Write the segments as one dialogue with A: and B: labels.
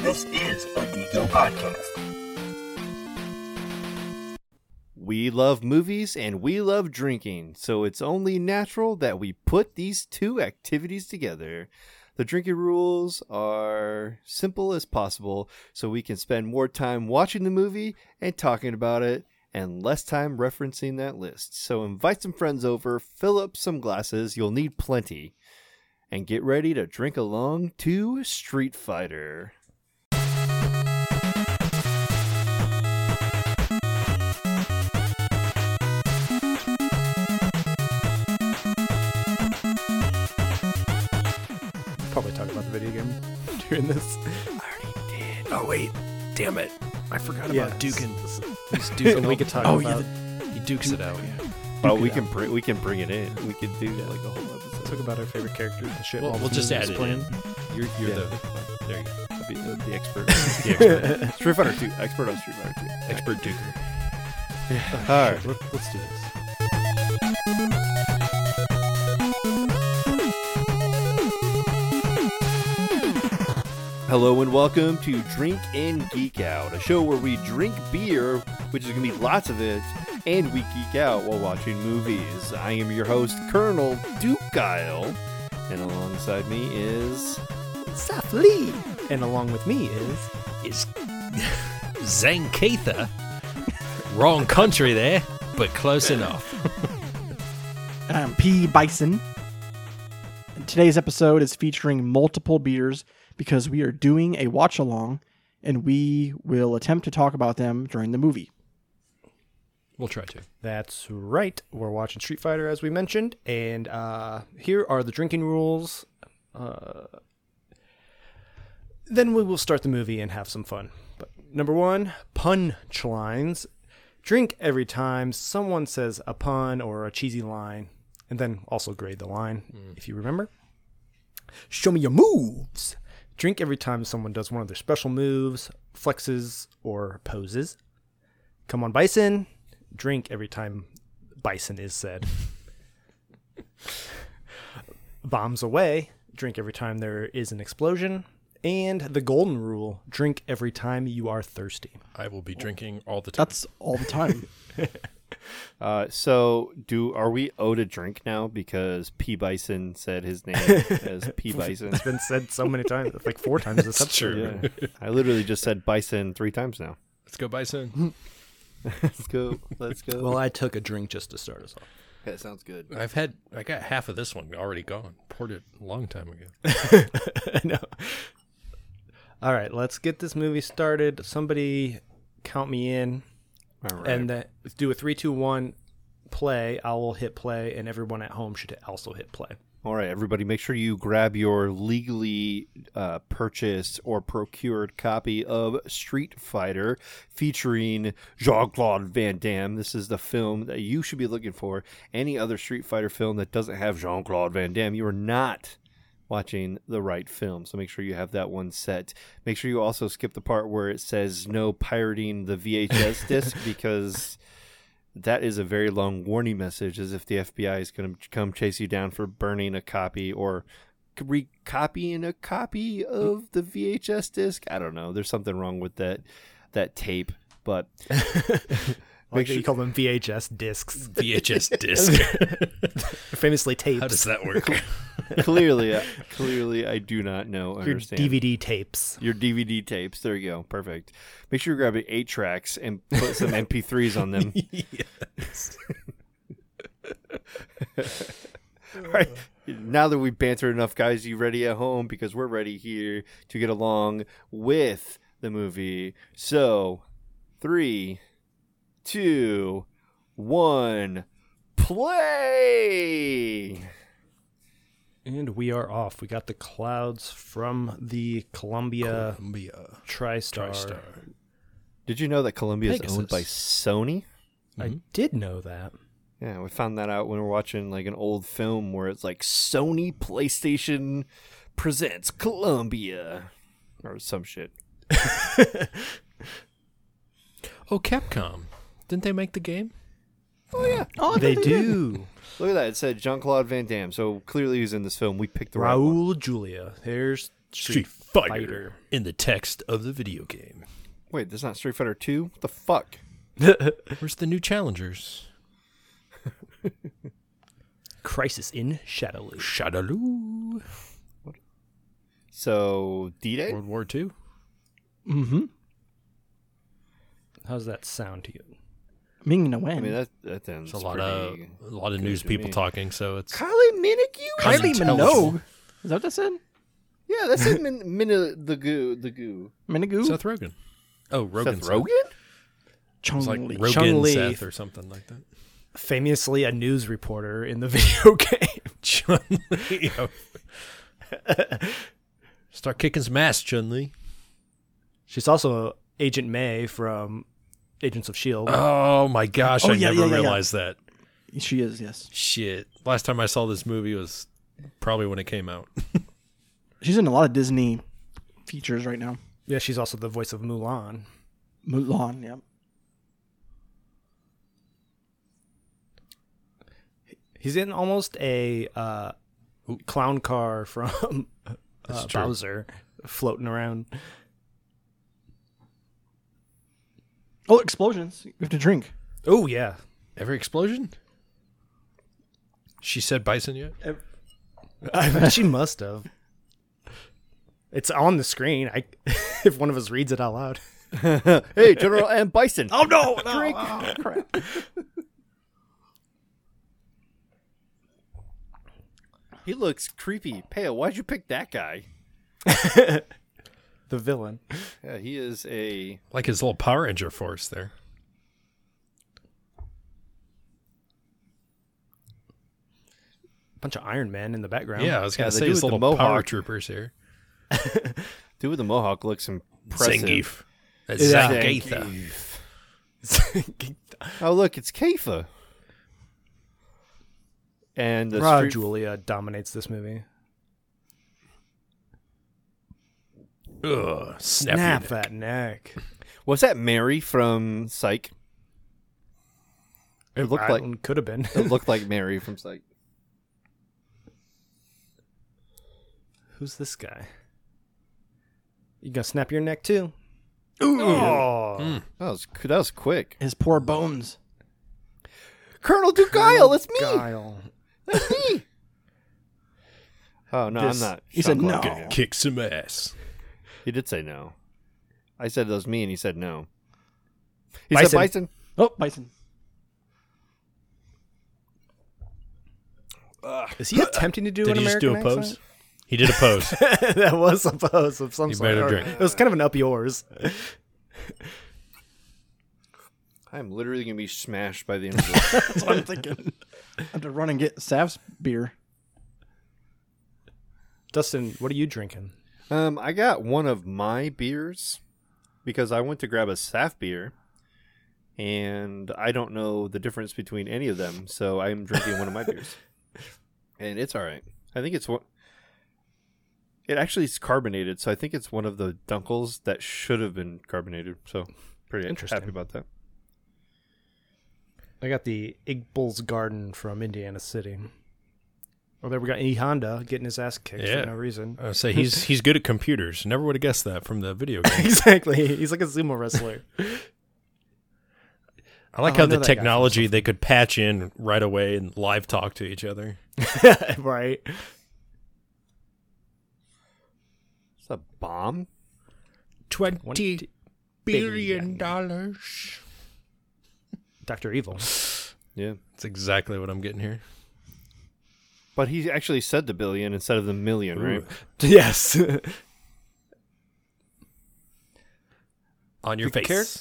A: This is a Geeko podcast.
B: We love movies and we love drinking, so it's only natural that we put these two activities together. The drinking rules are simple as possible, so we can spend more time watching the movie and talking about it, and less time referencing that list. So invite some friends over, fill up some glasses, you'll need plenty, and get ready to drink along to Street Fighter.
C: probably talk about the video game during this.
D: Oh wait, damn it! I forgot
C: Yeah.
D: about Dukin. He's
C: Duke,
D: Dukin.
C: and we could talk
D: Oh yeah,
C: about
D: the- he dukes it out. Yeah.
B: Oh,
C: it
B: we
C: out.
B: can br- we can bring it in. We could do like a whole episode.
C: talk about our favorite characters and shit.
D: We'll,
C: while
D: we'll
C: this
D: just add
C: movie's
D: it.
C: playing.
D: in. You're, you're
B: Yeah.
D: the there you go.
B: Be the, uh, the expert. The expert. Street Fighter 2. Expert on Street Fighter 2.
D: Expert Duker.
B: All right.
C: Let- Let's do this.
B: Hello and welcome to Drink and Geek Out, a show where we drink beer, which is going to be lots of it, and we geek out while watching movies. I am your host, Colonel Duke Guile, and alongside me is.
C: Softly. And along with me is
D: Is Zankatha. Wrong country there, but close enough.
E: I'm um, P. Bison. And today's episode is featuring multiple beers because we are doing a watch along and we will attempt to talk about them during the movie.
D: We'll try to.
C: That's right. We're watching Street Fighter, as we mentioned, and uh, here are the drinking rules. Uh, then we will start the movie and have some fun. But number one, punchlines. Drink every time someone says a pun or a cheesy line, and then also grade the line
D: Mm.
C: if you remember. Show me your moves. Drink every time someone does one of their special moves, flexes, or poses. Come on, Bison. Drink every time Bison is said. Bombs away. Drink every time there is an explosion. And the golden rule drink every time you are thirsty.
D: I will be drinking all the time.
E: That's all the time.
B: Uh, so, do are we owed a drink now because P. Bison said his name as P. Bison?
C: It's been said so many times, like four times this episode.
D: true.
B: Yeah. I literally just said Bison three times now.
D: Let's go Bison.
B: Let's go. Let's go.
C: Well, I took a drink just to start us off.
B: that sounds good.
D: I've had I got half of this one already gone. Poured it a long time ago.
C: no. All right, let's get this movie started. Somebody count me in,
B: All right.
C: and then let's do a three, two, one, play. I will hit play, and everyone at home should also hit play.
B: All right, everybody, make sure you grab your legally uh, purchased or procured copy of Street Fighter featuring Jean Claude Van Damme. This is the film that you should be looking for. Any other Street Fighter film that doesn't have Jean Claude Van Damme, you are not watching the right film. So make sure you have that one set. Make sure you also skip the part where it says no pirating the VHS disc because that is a very long warning message as if the FBI is going to come chase you down for burning a copy or recopying a copy of the VHS disc. I don't know. There's something wrong with that that tape, but
C: Like
B: sure-
C: you call them VHS discs,
D: VHS disc.
C: famously tapes.
D: How does that work?
B: clearly uh, clearly I do not know
C: your
B: understand.
C: DVD tapes.
B: your DVD tapes. There you go. Perfect. Make sure you grab eight tracks and put some MP3s on them. All right. Now that we've bantered enough, guys, you ready at home? Because we're ready here to get along with the movie. So, three, two, one, play.
C: And we are off. We got the clouds from the Columbia
D: Columbia.
C: TriStar.
D: TriStar.
B: Did you know that Columbia is
D: Pegasus.
B: owned by Sony?
C: I did know that.
B: Yeah, we found that out when we were watching like an old film where it's like Sony PlayStation presents Columbia or some shit.
D: Oh, Capcom. Didn't they make the game?
B: Oh,
C: they do.
B: Look at that. It said Jean Claude Van Damme. So clearly he's in this film. We picked the right one.
C: Raul Julia. There's
D: Street Fighter. in the text of the video game.
B: Wait, that's not Street Fighter 2? What the fuck?
D: Where's the new challengers?
F: Crisis in Shadowloo.
D: Shadaloo.
B: So, D Day?
D: World War Two.
E: Mm-hmm.
F: How's that sound to you?
E: Ming na Wen.
B: I mean, that, that sounds
D: It's a lot
B: pretty...
D: of a lot of news
B: to
D: people
B: me.
D: talking, so it's
B: Kylie Minogue?
E: Kylie
D: unintelligible.
E: Minogue. Is that what that said?
B: Yeah, that's it. Min, Min, the goo, the goo.
E: Minogue?
D: Seth Rogen. Oh, Rogen.
B: Seth Rogen?
E: Chung
D: It's like
E: Lee.
D: Rogan
C: Chung-Li.
D: Seth or something like that.
C: Famously, a news reporter in the video game.
D: Chun Li. Start kicking some ass, Chun Li.
C: She's also Agent May from Agents of S.H.I.E.L.D.
D: Oh my gosh,
E: Oh,
D: I
E: yeah,
D: never
E: yeah, yeah, yeah.
D: realized that.
E: She is, yes.
D: Shit. Last time I saw this movie was probably when it came out.
E: She's in a lot of Disney features right now.
C: yeah, she's also the voice of Mulan.
E: Mulan, yep.
C: He's in almost a uh, clown car from
D: That's
C: uh,
D: true.
C: Bowser floating around.
E: Oh, explosions. You have to drink.
C: Oh, yeah.
D: Every explosion? She said bison yet?
C: I bet she must have. It's on the screen. I, if one of us reads it out loud.
B: Hey, General and Bison.
E: Oh, no! no oh, crap.
B: He looks creepy. Pale, why'd you pick that guy?
C: The villain.
B: Yeah, he is a.
D: Like his little Power Ranger force there.
C: bunch of Iron Man in the background.
D: Yeah, I was gonna
B: Yeah, they
D: say
B: do
D: his
B: with the
D: little Power
B: mohawk.
D: Troopers here.
B: Dude with the mohawk looks impressive.
D: Zangief. That's
C: Yeah.
D: Zangatha.
B: Oh, look, it's Kaifa. And the
C: Ra
B: Street-
C: Julia dominates this movie.
D: Ugh, snap,
C: Snap
D: your neck.
C: that neck.
B: was that Mary from Psych? It looked like
C: Island could have been.
B: it looked like Mary from Psych.
C: Who's this guy? You gonna snap your neck too?
E: Ooh.
C: Oh,
B: That was that was quick.
E: His poor bones.
B: Colonel Duguile, it's me.
C: Guile.
B: Oh no,
C: This-
B: I'm not.
E: He
B: Sean
E: said
B: Clark.
E: no.
D: Kick some ass.
B: He did say no. I said that was me, and he said no. He said
C: Bison.
B: Bison.
E: Oh, bison.
C: Is he attempting to do
D: Did
C: an
D: he just
C: American
D: do a pose?
C: accent?
D: He did a pose.
C: that was a pose of some
D: You
C: sort.
D: better
C: or-
D: drink.
C: It was kind of an up yours.
B: I'm literally gonna be smashed by the end of this.
E: That's what I'm thinking. I have to run and get Sav's beer.
C: Dustin, what are you drinking?
B: um, I got one of my beers because I went to grab a Saf beer, and I don't know the difference between any of them, so I'm drinking one of my beers, and it's all right. I think it's one. It actually is carbonated, so I think it's one of the Dunkels that should have been carbonated. So, pretty
C: Interesting.
B: happy about that.
C: I got the Igbal's Garden from Indiana City. Oh, there we got E Honda getting his ass kicked
D: Yeah.
C: for no reason.
D: I say he's he's good at computers. Never would have guessed that from the video game.
C: exactly. He's like a sumo wrestler. Oh,
D: I like
C: I
D: how
C: know
D: the
C: that guy from
D: technology they could patch in right away and live talk to each other.
C: right.
B: It's a bomb.
D: Twenty
C: billion
D: dollars.
C: Dr. Evil.
B: Yeah.
D: That's exactly what I'm getting here.
B: But he actually said the billion instead of the million, right?
C: yes.
D: On your
C: The
D: face.
C: character-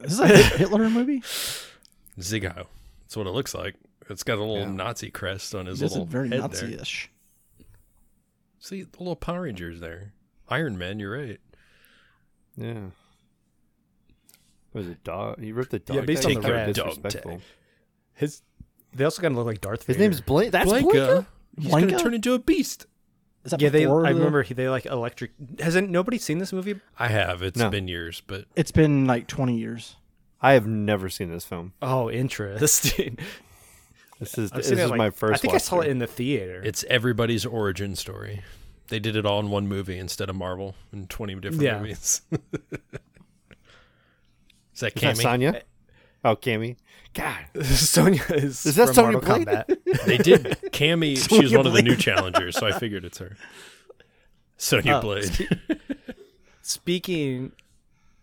E: Is this a Hitler movie?
D: Ziggo. That's what it looks like. It's got a little
B: Yeah.
D: Nazi crest on his
E: This is
D: little
E: very
D: head there.
E: Nazi-ish.
D: See the little Power Rangers there. Iron Man, you're right.
B: Yeah. Was it dog? He ripped the dog.
C: Yeah, based on
B: tag?
C: the
B: Kinda
C: red.
D: Dog
B: disrespectful.
D: tag.
C: His they also kind of look like Darth
B: His
C: Vader.
B: name's Blake. That's Blake. uh-huh.
D: Blanca. He's going to
E: Blanca?
D: turn into a beast.
E: Is that
C: yeah, they.
E: before
C: I
E: the-
C: remember he, they like electric. Hasn't nobody seen this movie?
D: I have. It's
B: No.
D: been years, but
E: It's been like 20 years.
B: I have never seen this film.
C: Oh, interesting.
B: This is
C: I've
B: this
C: seen it,
B: is
C: like-
B: my first.
C: I think I saw it in the theater.
D: It's everybody's origin story. They did it all in one movie instead of Marvel in 20 different
C: Yeah.
D: movies. Is that
B: Is that
D: Cammy?
B: Sonya? Oh, Cammy. God,
C: Sonya is.
B: Is that
C: from
B: Sonya
C: Mortal
B: Blade?
C: Kombat.
D: They did. Cammy, she was
E: Sonya
D: one of the new
E: Blade.
D: challengers, so I figured it's her. Sonya
C: Oh,
D: Blade.
C: Speaking,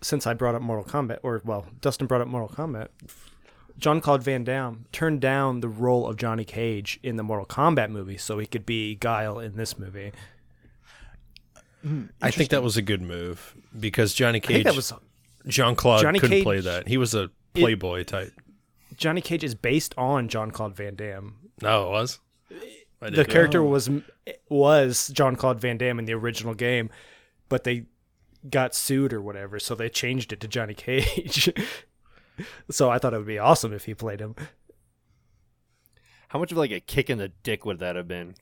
C: since I brought up Mortal Kombat, or well, Dustin brought up Mortal Kombat. John Claude Van Damme turned down the role of Johnny Cage in the Mortal Kombat movie so he could be Guile in this movie.
D: I think that was a good move because
C: I
D: Johnny
C: think
D: Cage,
C: that was
D: Jean Claude
C: Johnny
D: couldn't play
C: Cage-
D: that. He was a playboy type.
C: Johnny Cage is based on John Claude Van Damme.
D: No, it was. I
C: The
D: didn't know.
C: character was was John Claude Van Damme in the original game, but they got sued or whatever, so they changed it to Johnny Cage. so I thought it would be awesome if he played him.
B: how much of like a kick in the dick would that have been?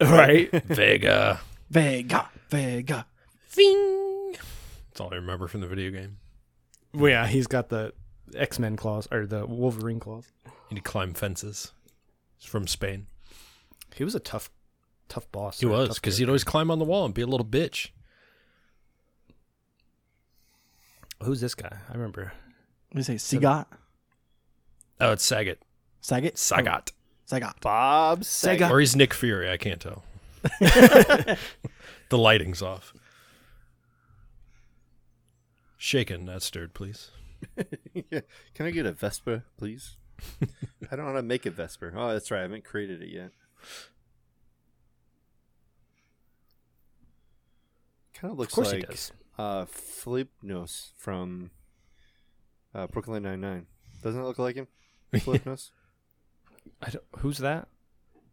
C: Right?
D: Vega.
E: Vega, Vega.
D: Ving. That's all I remember from the video game.
C: Well, yeah, he's got the X Men claws or the Wolverine claws.
D: You need to climb fences. He's from Spain.
C: He was a tough, tough boss.
D: He
C: or a
D: was
C: tough
D: because
C: character.
D: he'd always climb on the wall and be a little bitch.
C: who's this guy? I remember.
E: What do you say? Sigat?
D: Oh, it's Sagat.
E: Sagat?
D: Sagat.
C: Oh,
E: Sagat.
B: Bob Saget.
D: Or he's Nick Fury. I can't tell. the lighting's off. Shaken, not stirred, please.
B: Yeah. Can I get a Vespa, please? I don't know how to make a Vesper. Oh, that's right. I haven't created it yet. Kind of
C: Of
B: looks
C: course
B: like
C: he does.
B: uh, Flipnos from uh, Brooklyn Nine Nine. Doesn't it look like him? Flipnos.
C: I don't, who's that?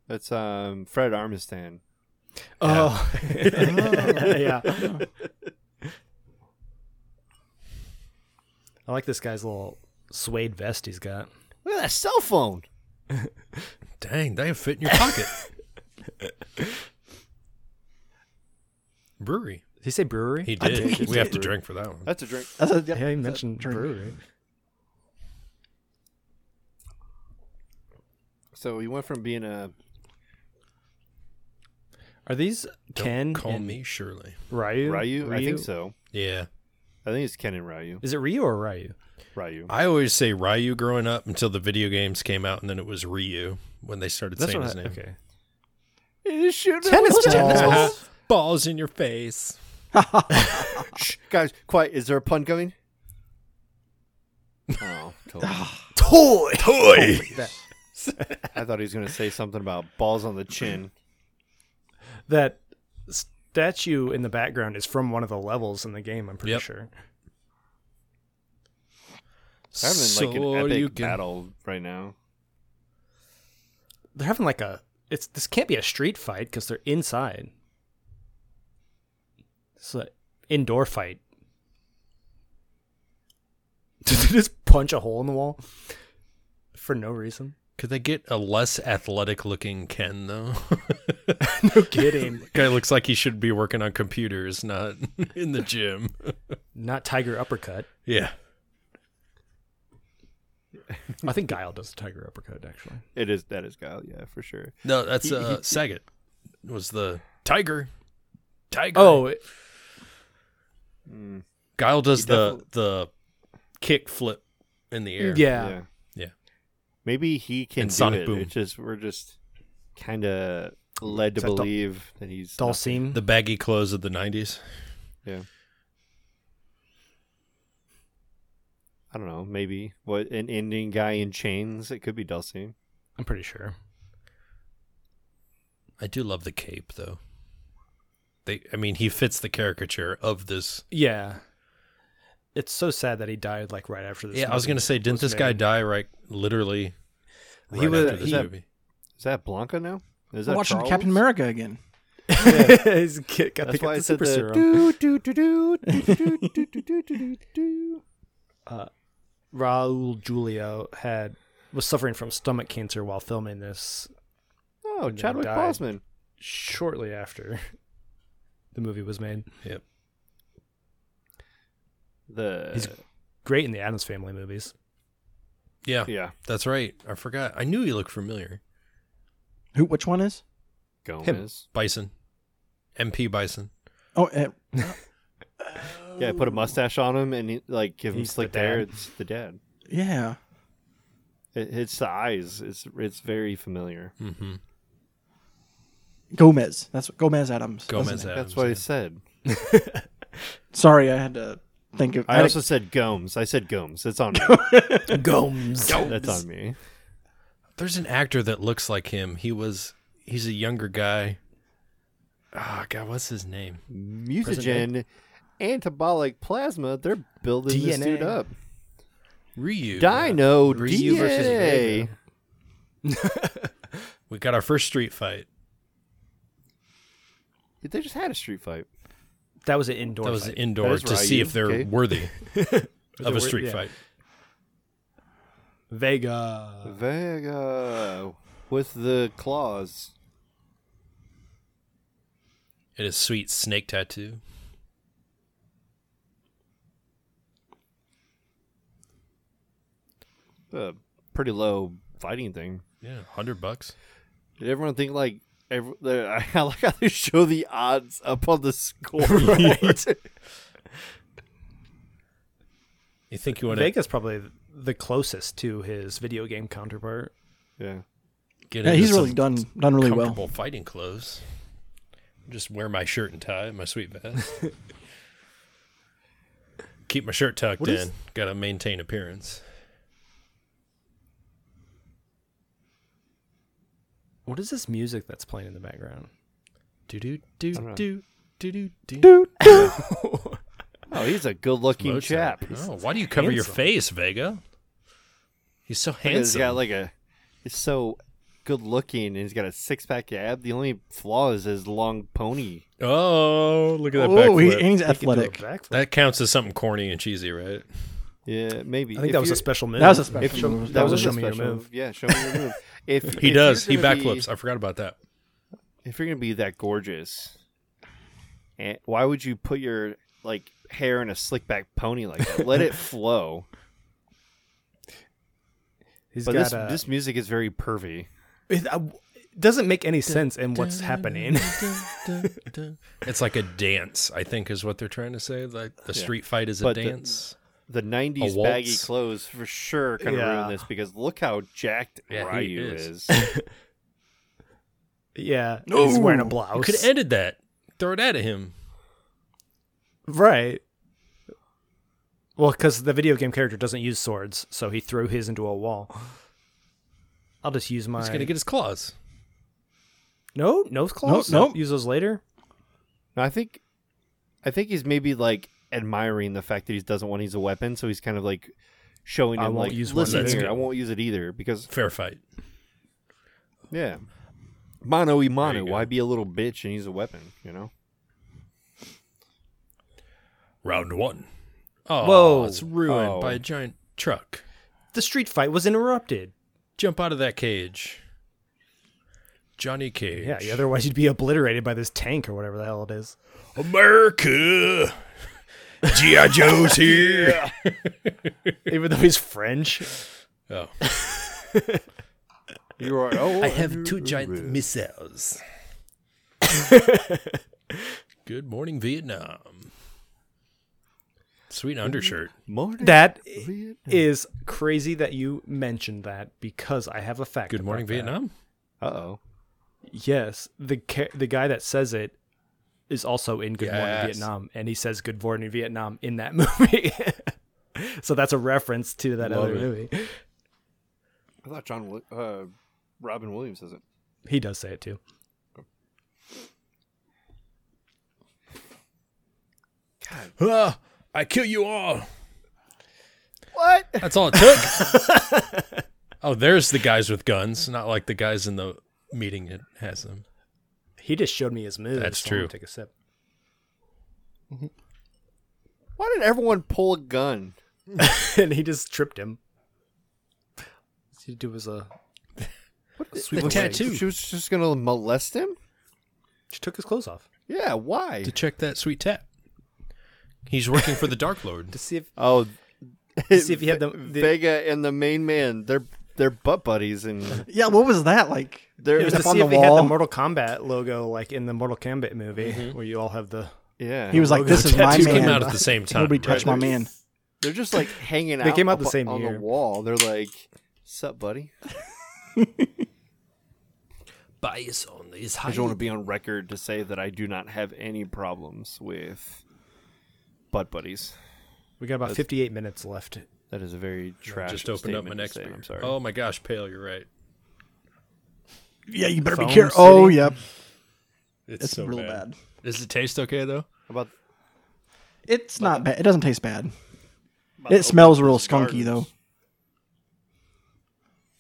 B: That's um, Fred Armistan.
C: Oh, yeah. I like this guy's little suede vest he's got.
B: Look at that cell phone.
D: Dang, they fit in your pocket. Brewery.
C: Did he say brewery?
D: He
E: I think
D: did.
E: he
D: we have to
E: did.
D: drink for that one.
B: That's a drink.
E: That's a, yep.
C: yeah, he mentioned
E: Drink.
C: brewery.
B: So he went from being a
C: Are these
D: Don't
C: Ken
D: call
C: and
D: me Shirley.
C: Ryu?
B: Ryu. I think so.
D: Yeah.
B: I think it's Ken and Ryu.
C: Is it Ryu or Ryu?
B: Ryu.
D: I always say Ryu growing up until the video games came out, and then it was Ryu when they started saying his
C: I-
D: name.
C: Okay.
E: Tennis balls.
D: Balls in your face.
B: Oh, Shh, guys, quiet. Is there a pun coming? Oh, totally.
D: Toy. Toy.
B: I thought he was going to say something about balls on the chin.
C: That statue in the background is from one of the levels in the game. I'm pretty
D: Yep.
C: sure.
B: They're having like
D: So
B: an
D: you
B: epic
D: can-
B: battle right now.
C: They're having like a. It's this can't be a street fight because they're inside. It's an indoor fight. Did they just punch a hole in the wall for no reason?
D: Could they get a less athletic looking Ken though?
C: No kidding.
D: Guy looks like he should be working on computers, not in the gym.
C: Not tiger uppercut.
D: Yeah.
C: I think Guile does a tiger uppercut actually.
B: It is that is Guile, yeah, for sure.
D: No, that's uh, Sagat. Was the tiger? Tiger.
C: Oh, it-
D: Guile does
B: He
D: the the kick flip in the air.
C: yeah.
D: Yeah.
B: Maybe he can
D: And
B: do
D: Sonic
B: it.
D: Boom.
B: It's just we're just kind of led to
C: Is that Dol-
B: believe that he's
C: Dalsim.
D: The baggy clothes of the nineties.
B: Yeah. I don't know. Maybe what an Indian guy in chains. It could be Dulcine.
C: I'm pretty sure.
D: I do love the cape though. They I mean he fits the caricature of this
C: Yeah. It's so sad that he died like right after this.
D: Yeah, I was
C: movie
D: gonna say, didn't
C: was
D: this guy
C: made.
D: die right literally
C: He
D: right
C: was-
D: after this
B: he-
D: movie?
B: Is that Blanca now? Is
E: We're
B: that
E: watching
B: Charles?
E: Captain America again.
C: He's get- got to
B: That's
C: get
B: why I
C: the
B: said
C: super
B: the
C: serum.
B: do do do do do do do do do do do.
C: Raul Julio had was suffering from stomach cancer while filming this
B: Oh,
C: And then
B: Chadwick
C: died.
B: Boseman.
C: shortly after the movie was made.
D: Yep.
B: The
C: Uh, He's- Great in the Adams Family movies.
D: Yeah,
B: Yeah.
D: that's right. I forgot. I knew he looked familiar.
E: Who? Which one is?
B: Gomez.
D: Bison, MP Bison.
E: Oh, eh,
B: Yeah, put a mustache on him and he, like give him
A: He's the
B: slick hair.
A: dad.
B: It's the dad.
E: yeah.
B: It, it's the eyes. It's it's very familiar.
D: Mm-hmm.
E: Gomez. That's Gomez Adams.
D: Gomez
B: That's
D: Adams.
B: what I
D: yeah.
B: said.
E: Sorry, I had to think of.
B: I
E: had
B: also
E: a-
B: said Gomes. I said Gomes. It's on me.
C: Gomes.
B: That's on me.
D: There's an actor that looks like him. He was. He's a younger guy. Ah, God, what's his name?
B: Mutagen, antabolic plasma. They're building this
C: DNA.
B: dude up.
D: Ryu.
B: Dino
D: Yeah. Ryu versus
B: DNA.
D: Vega. We got our first street fight.
B: They just had a street fight.
C: That was an indoor
D: That was
C: fight.
D: indoor
B: That is
D: to see
B: Ryu,
D: if they're
B: okay.
D: worthy of a street
A: yeah.
D: fight.
C: Vega.
B: Vega with the claws.
D: It is sweet snake tattoo.
B: Uh, pretty low fighting thing.
D: Yeah, hundred bucks.
B: Did everyone think like? Every, I like how they show the odds up on the score.
D: You think you want to
C: Vega's probably the closest to his video game counterpart.
B: yeah.
D: get?
E: yeah,
D: into
E: he's really
D: some
E: done done really well.
D: comfortable fighting clothes. Just wear my shirt and tie, my sweet vest. Keep my shirt tucked
B: What
D: in.
B: is-
D: Got to maintain appearance.
C: What is this music that's playing in the background?
D: Do do do
B: don't know.
D: do do do do.
E: Dude,
B: Oh, he's a good-looking chap.
D: Oh, why do you cover your
C: handsome.
D: face, Vega? He's so
B: He's
D: handsome.
B: got like a. He's so good-looking, and he's got a six-pack ab. The only flaw is his long pony.
D: oh, look at that
E: oh, he,
D: backflip.
E: and he's
C: He can do a
E: athletic.
C: backflip.
D: that counts as something corny and cheesy, right?
B: Yeah, maybe.
C: I think
B: If
C: that was
B: you're-
C: a special move.
E: That was a special
B: If
E: move.
B: that,
C: was
B: was
C: a
B: a
C: show me your
B: special
C: move.
B: Yeah, show me your move. If
D: He
B: if
D: does. He
B: you're gonna
D: backflips.
B: be-
D: I forgot about that.
B: if you're gonna be that gorgeous, eh, why would you put your like hair in a slick back pony like that? Let it flow.
C: He's
B: but
C: got
B: this
C: a,
B: this music is very pervy.
C: it, uh, it doesn't make any sense in what's happening.
D: It's like a dance, I think, is what they're trying to say. Like the street fight is a
B: But the-
D: dance.
B: The '90s
D: A waltz?
B: baggy clothes for sure kind of
C: Yeah.
B: ruin this because look how jacked
D: Yeah, he
B: Ryu
D: is.
B: is.
C: yeah, he's wearing a blouse.
D: You could have ended that. Throw it out of him.
C: Right. Well, because the video game character doesn't use swords, so he threw his into a wall. I'll just use my.
D: He's gonna get his claws.
C: no no claws.
E: Nope, nope.
C: Use those later.
B: No, I think, I think he's maybe like admiring the fact that he doesn't want to use a weapon, so he's kind of like showing
C: I
B: him
C: won't
B: like,
C: use one
B: listen
D: either."
B: here, I won't use it either because
D: Fair fight.
B: yeah, mono e mono.
D: go.
B: Why be a little bitch and use a weapon? You know.
D: Round one. Oh,
C: Whoa.
D: It's ruined
B: Oh.
D: by a giant truck.
C: The street fight was interrupted.
D: Jump out of that cage, Johnny Cage.
C: Yeah, otherwise you'd be obliterated by this tank or whatever the hell it is.
D: America. GI Joe's here.
C: Even though he's French.
D: Oh,
B: You are. Oh,
D: I have two giant missiles. Good morning, Vietnam. Sweet undershirt.
B: Morning.
C: That is crazy that you mentioned that because I have a fact.
D: Good morning,
C: about that.
D: Vietnam.
B: Uh oh.
C: Yes, the ca- the guy that says it is also in Good
D: Yes.
C: Morning Vietnam, and he says Good Morning Vietnam in that movie. so that's a reference to that
B: Love
C: other
B: it.
C: movie.
B: I thought John, Wi- uh, Robin Williams does it.
C: He does say it too.
D: Ah, I kill you all.
B: What?
D: That's all it took. oh, there's the guys with guns, not like the guys in the meeting that has them.
C: He just showed me his move.
D: That's
C: so I'm gonna
D: true.
C: Take a sip.
B: Why did everyone pull a gun?
C: and he just tripped him. He do was a
B: What
C: sweet
B: the-
C: tattoo.
B: She was just gonna molest him.
C: she took his clothes off
B: Yeah. Why?
D: To check that sweet tap. He's working for the Dark Lord.
C: to see if
B: Oh,
C: See if you had the, the
B: Vega and the main man, they're they're butt buddies, and
E: Yeah, what was that like?
B: they're
C: it was
E: up
C: to
E: on
C: see
E: the
C: if he had the
E: wall.
C: Mortal Kombat logo like in the Mortal Kombat movie where you all have the
B: yeah.
E: He was like, "This is my
D: Two
E: man.
D: came out at the same time.
E: Nobody touched my
D: right?
E: man."
B: they're just like hanging out.
C: They came out the
B: up
C: same
B: on the
C: year.
B: wall. They're like, "Sup, buddy?
D: Bias only is
B: I
D: high.
B: just want to be on record to say that I do not have any problems with butt buddies."
C: We got about 58 minutes left.
B: That is a very trash.
D: Just opened up my
B: statement to
D: next
B: say,
D: beer.
B: I'm sorry.
D: Oh my gosh, pale, you're right.
E: Yeah, you better
C: Foam
E: be careful. Oh,
C: City?
E: yep,
D: It's,
E: it's
D: so
E: real
D: bad.
E: bad.
D: Does it taste okay though?
B: How about
E: It's not bad. It doesn't taste bad. It smells real skunky
B: gardens.
E: though.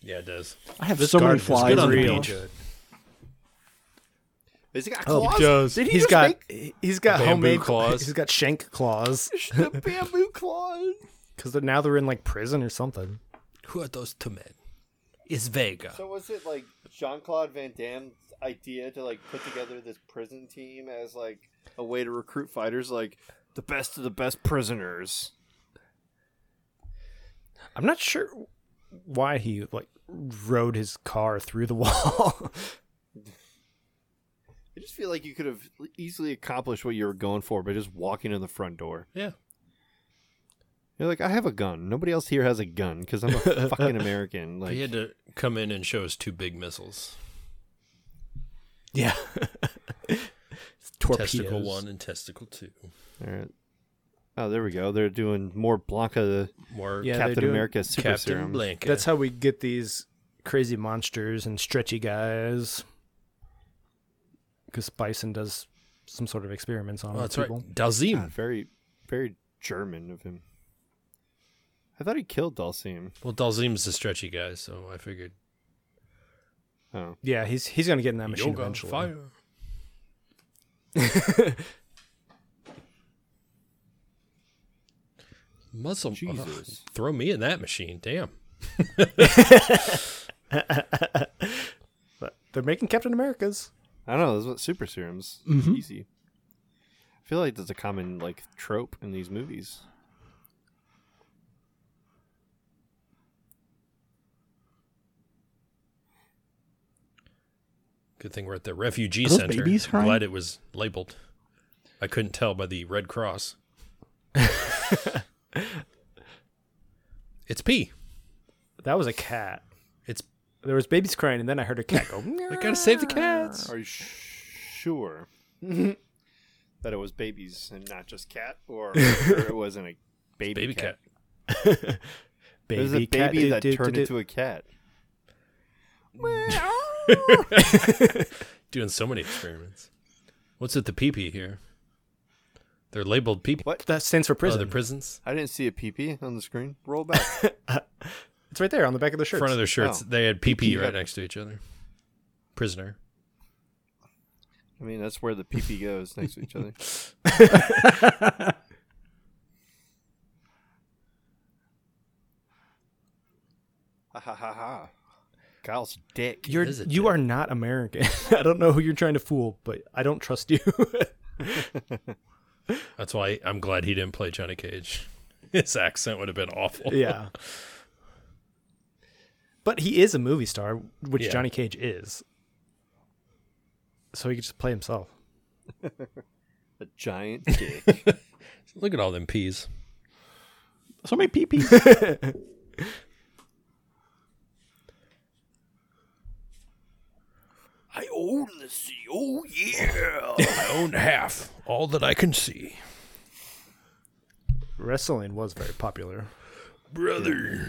D: Yeah, it does.
E: I have so many
D: garden is good
E: flies. in
D: on the
E: my
D: beach.
E: house.
B: Is he got
C: Oh,
B: claws?
D: does.
B: Did he
C: He's
B: just
C: got
B: make
C: he's got
D: Bamboo
C: homemade
D: claws.
C: He's got shank claws
B: the bamboo claws?
C: because now they're in like prison or something.
D: Who are those two men? It's Vega.
B: So was it like Jean Claude Van Damme's idea to like put together this prison team as like a way to recruit fighters, like the best of the best prisoners?
C: I'm not sure why he like rode his car through the wall.
B: I just feel like you could have easily accomplished what you were going for by just walking in the front door.
D: Yeah.
B: You're like, I have a gun. Nobody else here has a gun because I'm a fucking American. Like,
D: he had to come in and show us two big missiles.
C: yeah. Torpedoes.
D: Testicle one and testicle two.
B: all right. Oh, there we go. They're doing more Blanca
D: More
C: Yeah, they're
B: Captain
C: doing
B: America super
D: Captain
B: serum.
D: Blanca.
C: That's how we get these crazy monsters and stretchy guys. Because Bison does some sort of experiments on
D: oh, that's right.
C: people.
B: God,
D: Dalzim.
B: very, very German of him. I thought he killed Dalsim.
D: Well, Dalzim's the stretchy guy, so I figured.
B: Oh,
C: Yeah, he's he's gonna get in that machine
D: Yoga,
C: eventually.
D: fire. Muscle. ugh,
B: Jesus.
D: throw me in that machine. Damn.
C: They're making Captain Americas.
B: I don't know. That's what super serums easy. I feel like that's a common like trope in these movies.
D: Good thing we're at the refugee
E: Are those
D: center.
E: babies
D: I'm
E: crying?
D: glad it was labeled. I couldn't tell by the Red Cross. it's pee.
C: That was a cat.
D: It's
C: There was babies crying, and then I heard a cat go.
D: I gotta save the cats.
B: Are you sh- sure that it was babies and not just cat, or, or it wasn't a baby,
D: Baby
B: cat?
D: cat.
B: It was a baby that turned into a cat.
D: Doing so many experiments. What's with the pee pee here? They're labeled pee pee.
B: What?
C: That stands for prison.
D: Other prisons.
B: I didn't see a pee on the screen. Roll back.
C: it's right there on the back of the shirt.
D: front of their shirts.
B: Oh.
D: They had pee pee right
B: Yeah.
D: next to each other. Prisoner.
B: I mean, that's where the pee pee goes next to each other. ha ha ha ha. Kyle's dick.
C: You're
D: Is it,
C: you
D: Jack?
C: are not American. I don't know who you're trying to fool, but I don't trust you.
D: That's why I'm glad he didn't play Johnny Cage. His accent would have been awful.
C: yeah. But he is a movie star, which
D: Yeah.
C: Johnny Cage is. So he could just play himself.
B: A giant dick.
D: Look at all them peas.
E: So many peepees.
B: I own the sea. Oh, yeah.
D: I own half. All that I can see.
C: Wrestling was very popular.
D: Brother.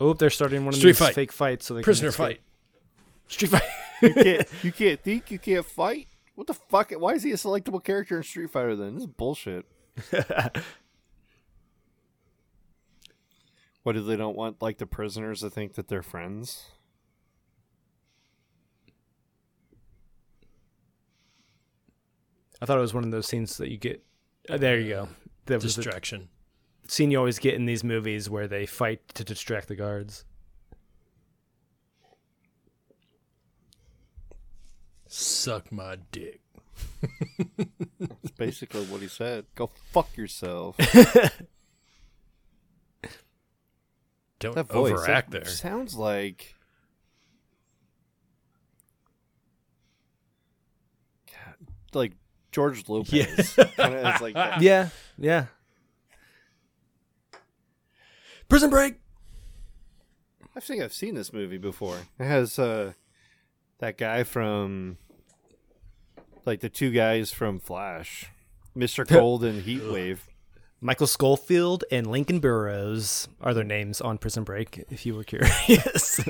C: Oh, they're starting one of
D: Street
C: these
D: fight.
C: fake fights. So they can
D: Prisoner
C: escape.
D: fight.
C: Street fight.
B: you, can't, you can't think. You can't fight. What the fuck? Why is he a selectable character in Street Fighter then? This is bullshit. what do they don't want like the prisoners to think that they're friends?
C: I thought it was one of those scenes that you get. uh, there you go. That was the
D: Distraction.
C: scene you always get in these movies where they fight to distract the guards.
D: Suck my dick.
B: That's basically what he said. Go fuck yourself.
D: Don't
B: That voice that
D: overact there.
B: sounds like. God, like George Lopez. Kinda has like that.
C: Yeah, yeah. Prison Break.
B: I think I've seen this movie before. It has uh, that guy from, like the two guys from Flash, Mr. Cold and Heatwave.
C: Michael Schofield and Lincoln Burrows are their names on Prison Break. If you were curious,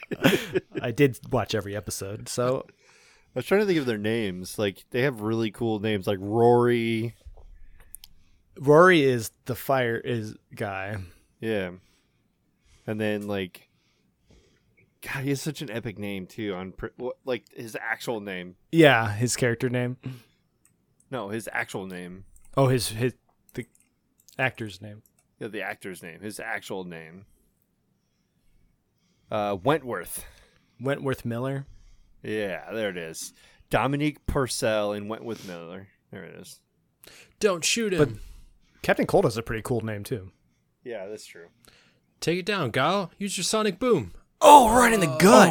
C: I did watch every episode. So
B: I was trying to think of their names. Like they have really cool names, like Rory.
C: Rory is the fire is guy.
B: Yeah, and then like, God, he has such an epic name too. On pr- what- like his actual name,
C: Yeah, his character name.
B: no, his actual name,
C: Oh, his his the actor's name.
B: yeah, the actor's name, his actual name. Uh, Wentworth.
C: Wentworth Miller.
B: Yeah, there it is. Dominique Purcell and Wentworth Miller. There it is.
D: Don't shoot him.
C: Captain Cold has a pretty cool name too.
B: Yeah, that's true.
D: Take it down, Guile. Use your sonic boom.
C: Oh, right in the gut.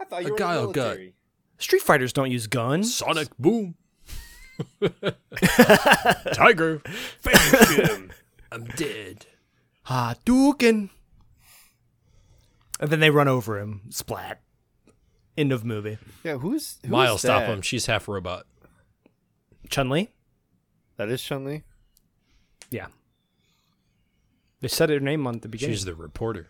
B: I thought
D: A
B: you were
D: guile
B: in the
D: gut.
B: military.
C: Street fighters don't use guns.
D: Sonic boom. Tiger. I'm dead.
C: Hadouken. And then they run over him. Splat. End of movie.
B: Yeah, who's, who's
D: Miles, stop
B: that?
D: him. She's half robot.
C: Chun Li.
B: That is Chun Li.
C: Yeah. They said her name on the beginning.
D: She's the reporter.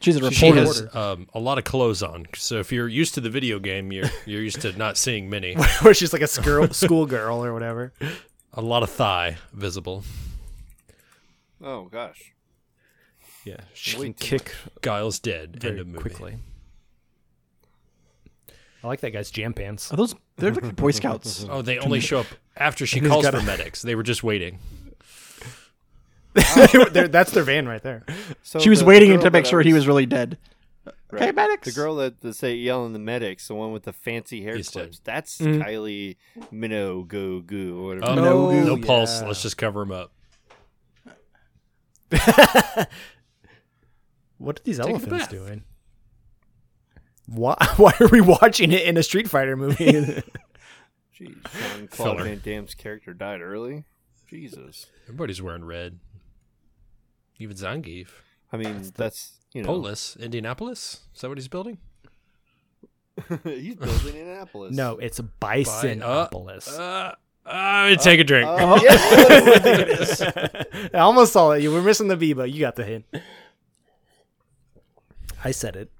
E: She's a
D: She
E: reporter.
D: has um, a lot of clothes on. So if you're used to the video game, you're you're used to not seeing many.
C: Where she's like a school schoolgirl or whatever.
D: A lot of thigh visible.
B: Oh gosh.
C: Yeah, she
B: Way
C: can
B: too
C: kick
D: Guile's dead. End
C: very
D: of movie.
C: quickly. I like that guy's jam pants.
E: Are those they're like Boy Scouts.
D: Oh, they only show up after she calls
C: got
D: for medics. They were just waiting.
C: They're- that's their van right there.
B: So
E: she was
B: the- the
E: waiting
B: girl
E: to make
B: that I
E: sure he was really dead. Okay,
B: right.
E: medics.
B: The girl that they say yelling the medics, the one with the fancy hair
D: He's
B: clips. That's Kylie Minogue Goo Goo or whatever.
D: Oh,
E: No,
D: no,
E: yeah.
D: pulse. Let's just cover him up.
C: What are these
D: a
C: elephants
D: bath.
C: doing? Why? Why are we watching it in a Street Fighter movie?
B: Jeez, Jean Claude
D: Filler.
B: Van Damme's character died early. Jesus.
D: Everybody's wearing red. Even Zangief.
B: I mean, that's you know,
D: Polis, Indianapolis. Is that what he's building?
B: he's building Annapolis.
C: no, it's
D: Fine. Uh,
C: Bisonopolis.
D: Uh, uh, take a drink.
B: Oh, yes, I think it is.
C: I almost saw it. You were missing the B, but you got the hint. I said it.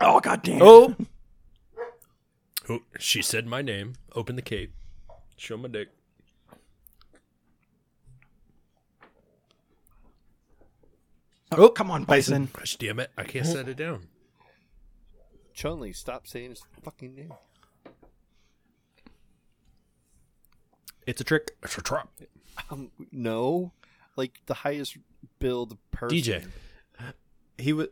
E: oh god damn.
C: Oh,
D: Oh, she said my name. Open the cape. Show my dick.
E: oh come on, Bison.
D: Gosh damn it. I can't set it down.
B: Chun Li, stop saying his fucking name.
C: it's a trick.
D: It's a trap.
B: Um, no, like the highest build person.
D: DJ.
C: He was.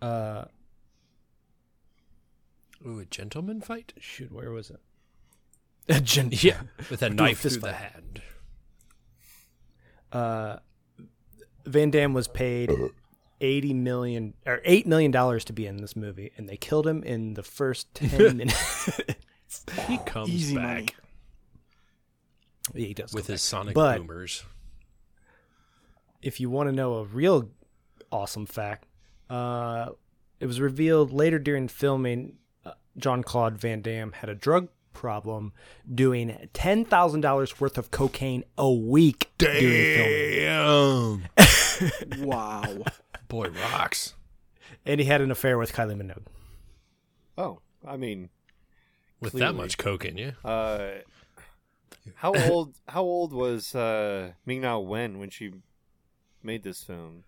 C: Uh,
D: Ooh, a gentleman fight?
C: shoot, where was it? A gen-
D: Yeah. With a knife
C: fist
D: through the
C: fight.
D: hand.
C: Uh, Van Damme was paid eighty million or eight million dollars to be in this movie, and they killed him in the first ten minutes.
D: He comes
E: Easy
D: back
E: money.
C: Yeah, he does.
D: with his sonic
C: But-
D: boomers.
C: if you want to know a real awesome fact, uh, it was revealed later during filming. John Claude Van Damme had a drug problem, doing ten thousand dollars worth of cocaine a week during filming,
D: Damn.
E: Wow.
D: Boy rocks.
C: and he had an affair with Kylie Minogue.
B: Oh, I mean,
D: With that
B: Clearly.
D: much coke in you.
B: uh, how old? How old was uh, Ming Na Wen when she made this film?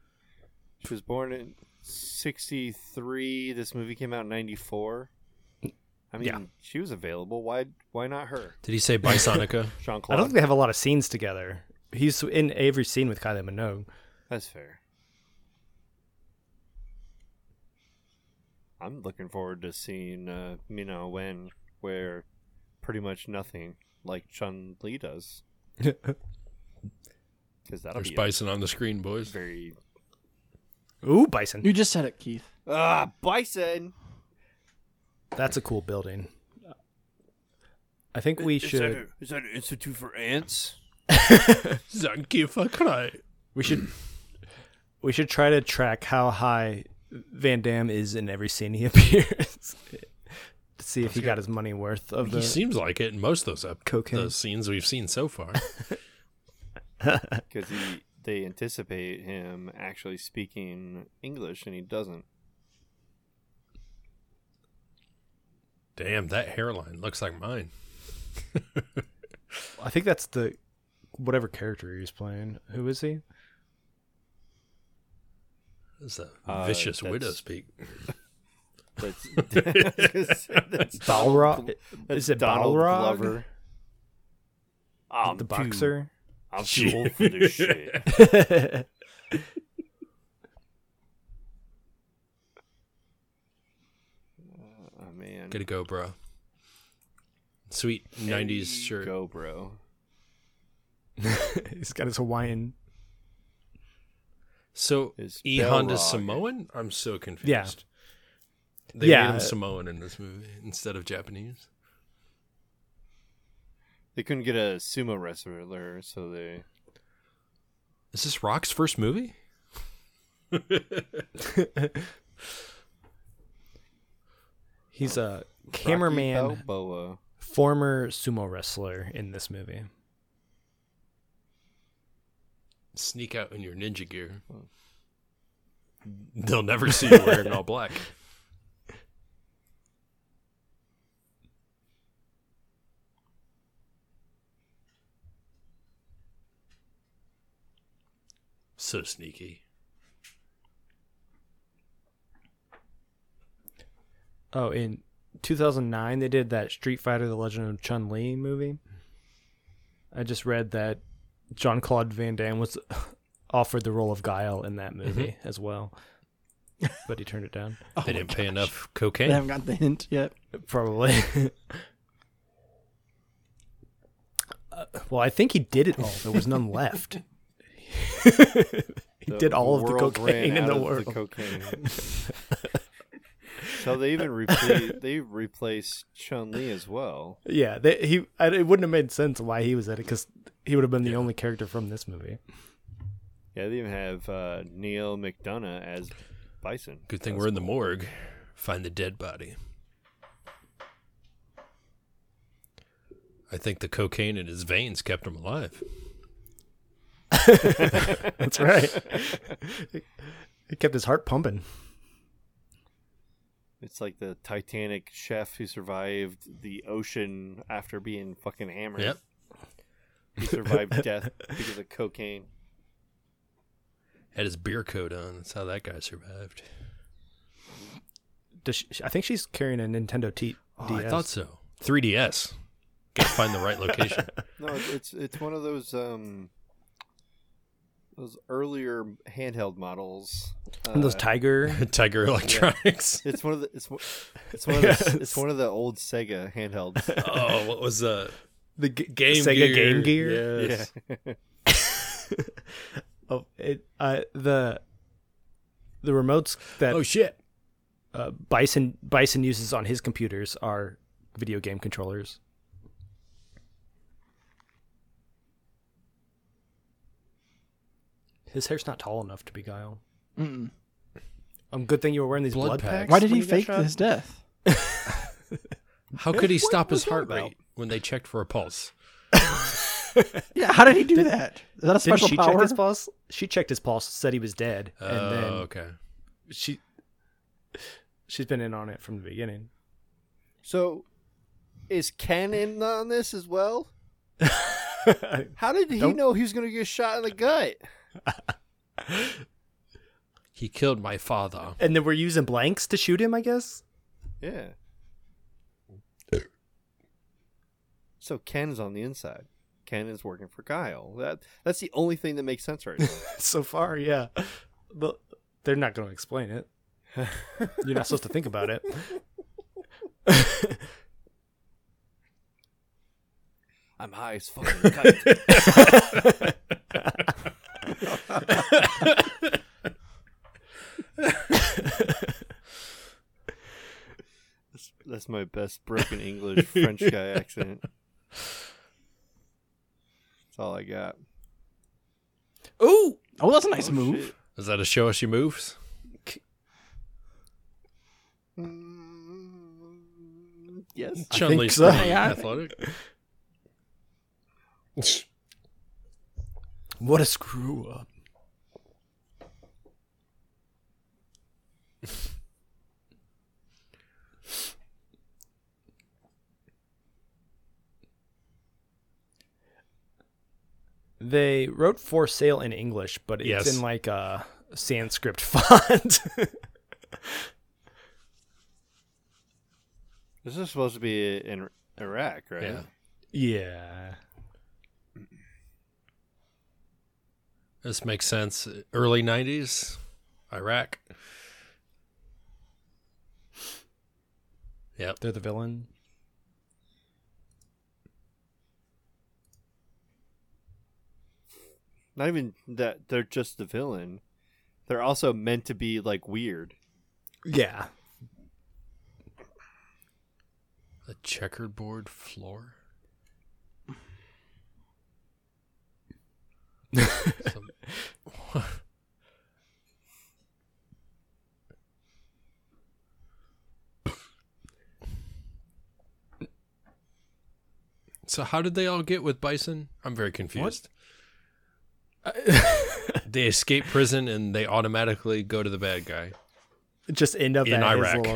B: She was born in '63. This movie came out in '94. I mean,
C: Yeah.
B: she was available. Why? Why not her?
D: Did he say bisonica?
B: Sean
C: I
B: Claude.
C: don't think they have a lot of scenes together. He's in every scene with Kylie Minogue.
B: That's fair. I'm looking forward to seeing uh, Mina Wen wear pretty much nothing like Chun Li does. Because that'll
D: There's
B: be
D: bison on the screen,
B: a
D: boys.
B: very
C: Ooh, Bison.
E: You just said it, Keith.
B: ah bison.
C: That's a cool building. I think we should
B: is that an institute for ants?
D: Zanki Fakurai.
C: we should we should try to track how high Van Damme is in every scene he appears. to see if he got his money worth of
D: He
C: the
D: seems like it in most of those, ep-
C: Cocaine.
D: those scenes we've seen so far.
B: Because he they anticipate him actually speaking English and he doesn't.
D: Damn, that hairline looks like mine.
C: I think that's the whatever character he's playing. Who is he?
D: It's a
B: Uh,
D: vicious
B: that's-
D: widow's peak.
B: That's, that's, that's
C: Balrog?
B: That's
C: Is it
B: Donald
C: Balrog?
B: Glover. I'm
C: The
B: too-
C: boxer?
B: I'm too old for this shit. Oh man,
D: Gotta go, bro. Sweet nineties shirt.
B: go, bro.
C: he's got his Hawaiian
D: So
B: It's
D: E Honda
B: Balrog.
D: Samoan? I'm so confused.
C: Yeah.
D: They
C: Yeah.
D: made him Samoan in this movie instead of Japanese.
B: They couldn't get a sumo wrestler, so they.
D: Is this Rock's first movie?
C: He's a cameraman,
B: Rocky Balboa.
C: former sumo wrestler in this movie.
D: Sneak out in your ninja gear. They'll never see you wearing all black. So sneaky.
C: Oh, in 2009, they did that Street Fighter: The Legend of Chun Li movie. I just read that John Claude Van Damme was offered the role of Guile in that
B: Mm-hmm.
C: movie as well, but he turned it down.
E: Oh
D: They
E: my
D: didn't pay
E: gosh.
D: enough
E: They
D: cocaine.
E: haven't got the hint yet.
C: Probably. Uh, well, I think he did it all. There was none left. he
B: The
C: did all of the
B: world
C: cocaine
B: ran
C: in
B: out
C: the
B: of
C: world.
B: cocaine. so they even replace they replace Chun Li as well.
C: Yeah, they, he. I, it wouldn't have made sense why he was in it because he would have been the only character from this movie.
B: Yeah, they even have uh, Neil McDonough as Bison.
D: Good thing we're in the morgue. Find the dead body. I think the cocaine in his veins kept him alive.
C: That's right. it kept his heart pumping.
B: It's like the Titanic chef who survived the ocean after being fucking hammered.
D: Yep.
B: He survived death because of cocaine.
D: Had his beer coat on. That's how that guy survived.
C: Does she, I think she's carrying a Nintendo T.
D: Oh, I
C: DS.
D: thought so. 3DS. Gotta find the right location.
B: No, it's- it's it's one of those um those earlier handheld models.
C: And those
B: Uh,
C: tiger.
D: Tiger Electronics.
B: it's one of the it's one- it's one of the, it's one of the old Sega handhelds.
D: Oh, what was uh,
C: The g-
D: Game
C: Sega
D: Gear.
C: Game Gear.
D: Yes.
C: Oh, it, uh, the the remotes that
D: Oh shit.
C: uh, Bison Bison uses on his computers are video game controllers. His hair's not tall enough to be Guile.
E: Mm-mm.
C: Um, good thing you were wearing these
D: Blood
C: blood,
D: packs.
C: packs.
E: Why did
C: when
E: he
C: you got
E: fake
C: shot?
E: his death?
D: How could he stop his
B: that
D: heart
B: about?
D: rate when they checked for a pulse?
E: Yeah, how did he do that? Is that a
C: Didn't
E: special
C: she check
E: power?
C: his pulse? She checked his pulse, said he was dead,
D: Oh,
C: and then
D: okay.
C: she she's been in on it from the beginning.
B: So, is Ken in on this as well? How did he know he was going to get shot in the gut?
D: He killed my father.
C: and then we're using blanks to shoot him, I guess.
B: Yeah. So Ken's on the inside. Ken is working for Kyle. That that's the only thing that makes sense right now.
C: so far, yeah. But they're not going to explain it. You're not supposed to think about it.
B: I'm high as fuck. Kite. that's, that's my best broken English French guy accent. That's all I got.
E: Ooh. Oh, that's a nice move.
B: Shit.
D: Is that a show us your moves?
B: Yes.
D: Chun Li's
E: so.
D: pretty
E: Yeah.
D: athletic.
C: What a screw up. They wrote for sale in English, but it's
D: Yes.
C: in like a Sanskrit font.
B: This is supposed to be in Iraq, right?
D: Yeah.
C: yeah.
D: This makes sense. Early 90s, Iraq. Yep.
C: They're the villain.
B: Not even that they're just the villain. They're also meant to be like weird.
C: Yeah.
D: The checkerboard floor. Some- so how did they all get with Bison? I'm very confused. they escape prison and they automatically go to the bad guy.
C: Just end up
D: In
C: at his
D: Iraq.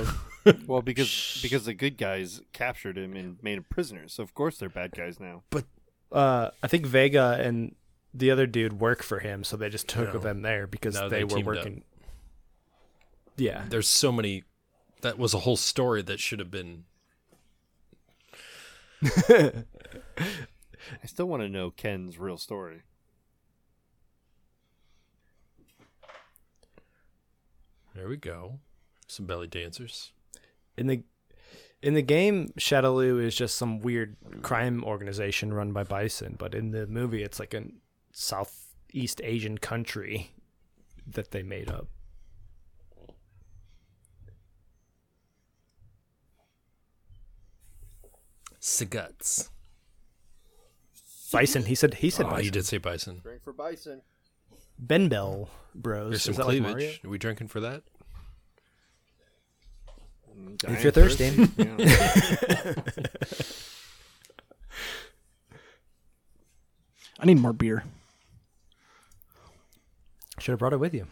C: little-
B: Well, because because the good guys captured him and made him prisoner, so of course they're bad guys now.
C: uh, I think Vega and the other dude work for him, so they just took
D: No.
C: them there because
D: No,
C: they,
D: they
C: were
D: teamed up.
C: working. Yeah,
D: There's so many. That was a whole story that should have been
B: I still want to know Ken's real story.
D: There we go. Some belly dancers.
C: in the in the game, Shadaloo is just some weird crime organization run by Bison, but in the movie, it's like a Southeast Asian country that they made up.
D: Ciguts.
C: Bison, he said he said
D: Oh, you
C: Bison.
D: did say bison.
B: Drink for Bison.
C: Ben Bell Bros.
D: There's some
C: Is that like
D: cleavage.
C: Mario?
D: Are we drinking for that?
B: If
C: you're thirsty.
E: I need more beer.
C: Should have brought it with you.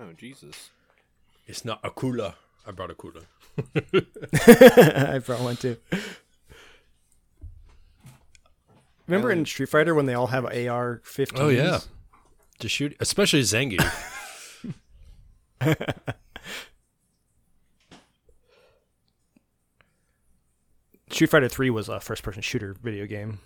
B: oh Jesus!
D: It's not a cooler. I brought a cooler.
C: I brought one too. Remember in Street Fighter when they all have AR 15s?
D: Oh yeah. To shoot, especially Zangief.
C: Street Fighter 3 was a first person shooter video game.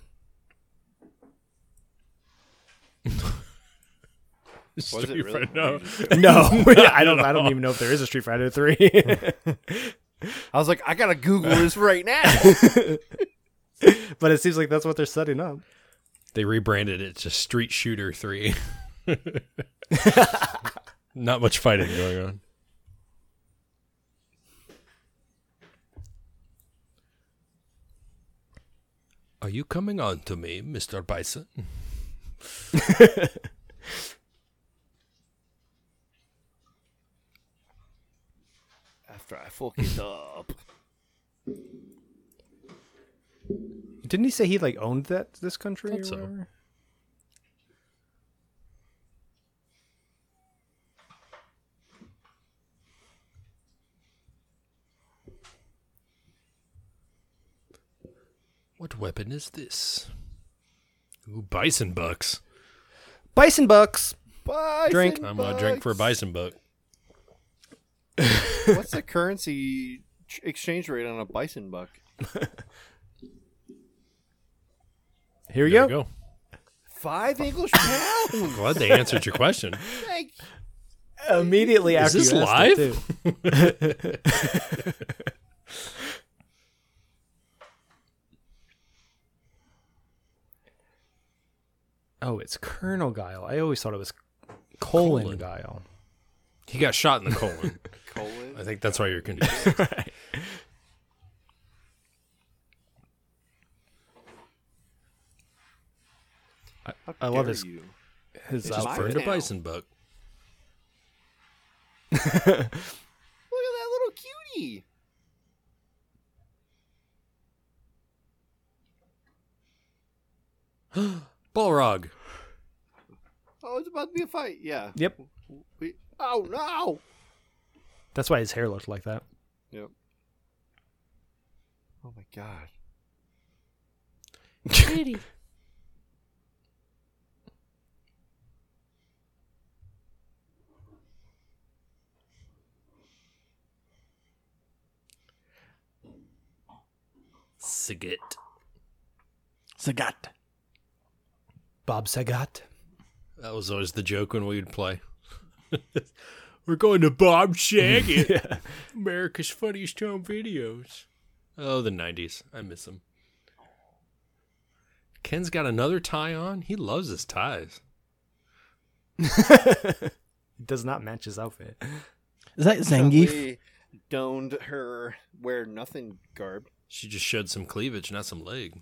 B: Was it really?
D: No.
C: No, I don't I don't even know if there is a Street Fighter 3.
B: I was like, I gotta Google this right now.
C: but it seems like that's what they're setting up.
D: They rebranded it to Street Shooter Three. not much fighting going on. Are you coming on to me, Mr. Bison?
B: After I fuck it up.
C: Didn't he say he like owned that this country or
D: Thought so.
C: whatever?
D: What weapon is this? Ooh, bison bucks.
C: Bison Bucks.
B: Bison
C: Drink.
D: I'm gonna drink for a
B: bucks.
D: bison buck.
B: What's the currency ch- exchange rate on a bison buck?
C: Here we
D: There
C: go.
D: we go.
B: Five English pounds.
D: Glad they answered your question.
B: Like,
C: Immediately
D: Is
C: after
D: this
C: you asked it,
D: live?
C: too. Oh, it's Colonel Guile. I always thought it was Colon,
D: Colon.
C: Guile.
D: He got shot in the colon.
B: colon.
D: I think that's why you're confused.
B: How
C: I love
B: dare
C: his-
B: you.
C: His uh,
B: It's
C: outfit.
B: mine.
D: Burned a
B: now.
D: bison buck.
B: Look at that little cutie.
D: Balrog.
B: Oh, it's about to be a fight. Yeah.
C: Yep.
B: We- oh no.
C: That's why his hair looked like that.
B: Yep. Oh my god.
D: Siget.
E: Sagat.
C: Bob Sagat.
D: That was always the joke when we would play. We're going to Bob Saget. America's Funniest Home Videos. Oh, the 90s. I miss them. Ken's got another tie on. He loves his ties.
C: It does not match his outfit.
E: Is that Zangief?
B: Suddenly Doned her wear nothing garb.
D: She just showed some cleavage, not some leg.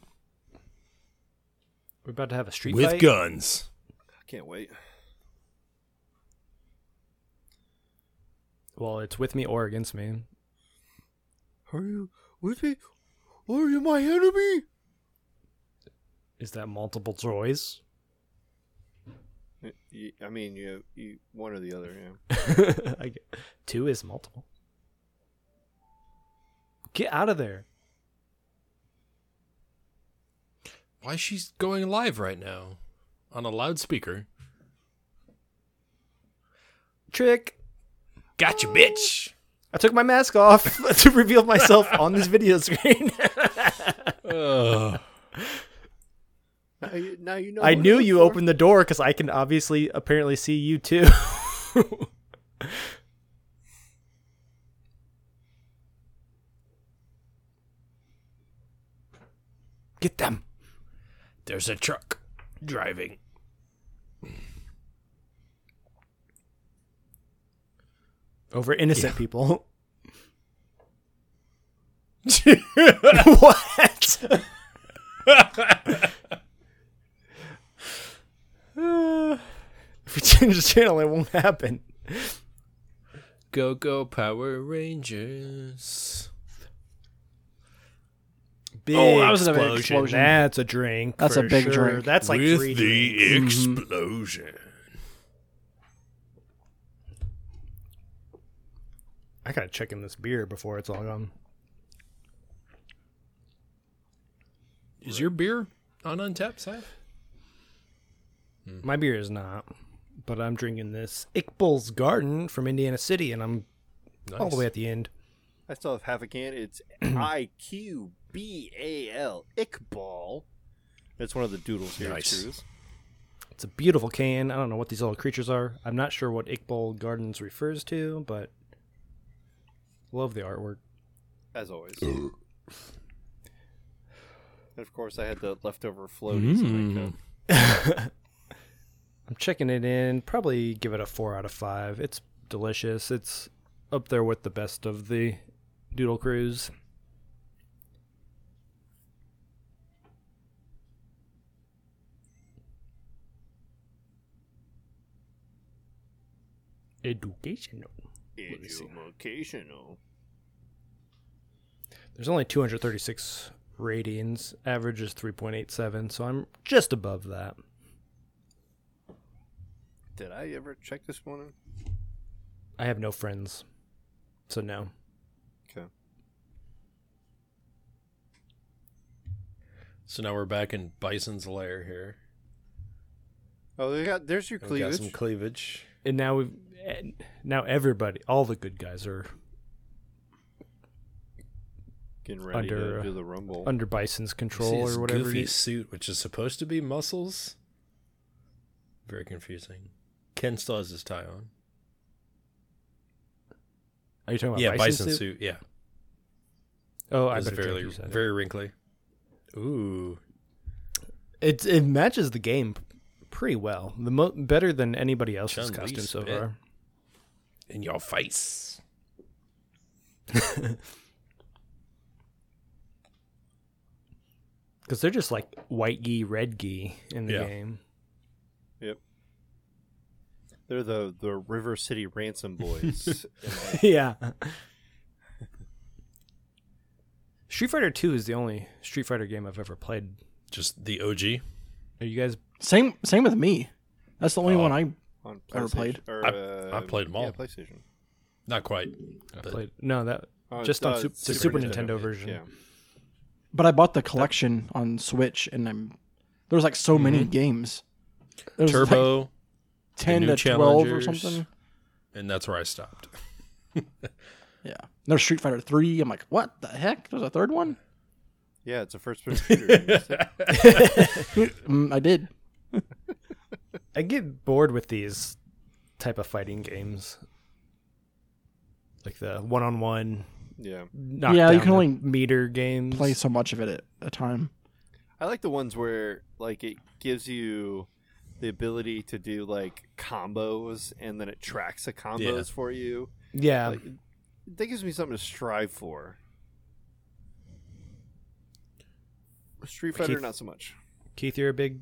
C: We're about to have a street
D: With
C: fight.
D: guns.
B: I can't wait.
C: Well, it's with me or against me.
B: Are you with me? Are you my enemy?
C: Is that multiple choice?
B: You, I mean, you, you one or the other. Yeah.
C: I get- Two is multiple. Get out of there.
D: Why she's going live right now on a loudspeaker?
C: Trick.
D: Gotcha, bitch.
C: I took my mask off to reveal myself on this video screen.
D: Ugh.
B: Now you, now you know.
C: I
B: who
C: knew
B: it's
C: you
B: for.
C: opened the door because I can obviously apparently see you too. Get them.
D: There's a truck driving.
C: Over innocent people. what? Uh, if we change the channel, it won't happen.
D: Go go Power Rangers.
C: Big
D: Oh, that was another
C: explosion.
E: explosion.
C: That's a drink.
E: That's a
C: for
E: big
C: sure.
E: drink.
C: That's like
D: With
C: three drinks.
D: the explosion.
C: I gotta check in this beer before it's all gone.
D: Is your beer on untapped, Seth? Mm.
C: My beer is not, but I'm drinking this Ickbul's Garden from Indiana City, and I'm
D: Nice.
C: all the way at the end.
B: I still have half a can. It's I Q B A L Ickball. That's one of the doodles here.
D: Nice.
B: Nice. Screws.
C: It's a beautiful can. I don't know what these little creatures are. I'm not sure what Ickbul Gardens refers to, but love the artwork.
B: As always. and of course, I had the leftover floaties. in
D: Mm.
B: my cup.
C: I'm checking it in. Probably give it a four out of five. It's delicious. It's up there with the best of the Doodle Cruise. Educational.
B: Educational.
C: There's only 236 ratings. Average is 3.87, so I'm just above that.
B: Did I ever check this one? in?
C: I have no friends, so no.
B: Okay.
D: So now we're back in Bison's lair here.
B: Oh, they got, there's your
D: And We got
B: cleavage.
D: some cleavage.
C: and now we've and now everybody all the good guys are
B: Getting ready
C: under,
B: to
C: uh,
B: do the rumble.
C: under bison's
D: See
C: control
D: his
C: or whatever
D: goofy
C: he-
D: suit, which is supposed to be muscles, Very confusing. Ken still has his tie on.
C: Are you talking about
D: yeah,
C: bison, suit?
D: Yeah,
C: Oh, I
D: it's
C: better
D: very
C: very, it.
D: very wrinkly. Ooh,
C: it it matches the game pretty well. The mo- better than anybody else's
D: Chun-Li
C: costume so
D: spit.
C: far.
D: in your face.
C: Because they're just like white gi, red gi in the
D: Yeah.
C: game.
B: They're the the River City Ransom boys.
C: yeah. Street Fighter Two is the only Street Fighter game I've ever played.
D: Just the OG.
C: Are you guys?
E: Same same with me. That's the only
D: Oh.
E: one I
B: on
E: Ever
B: PlayStation-
E: played?
B: Or,
D: I-
B: uh,
D: I played 'em all.
B: Yeah, PlayStation.
D: Not quite.
C: I
D: But-
C: played no that
B: Oh,
C: just on
B: uh,
C: Sup- the Super Nintendo, version.
B: Yeah.
E: but I bought the collection on Switch and I'm there was like so many games. There was like
D: Turbo,
E: ten
D: new
E: to twelve or
D: Challengers.
E: something.
D: and that's where I stopped.
E: Yeah. There's Street Fighter three. I'm like, what the heck? There's a third one?
B: Yeah, it's a first person shooter.
E: Mm, I did.
C: I get bored with these type of fighting games, like the one on one.
B: yeah.
E: Yeah, you can only
C: meter games.
E: Play so much of it at a time.
B: I like the ones where like it gives you the ability to do like combos and then it tracks the combos
D: Yeah.
B: for you.
C: Yeah,
B: Like, that gives me something to strive for. Street Fighter,
C: Keith-
B: not so much.
C: Keith, you're a big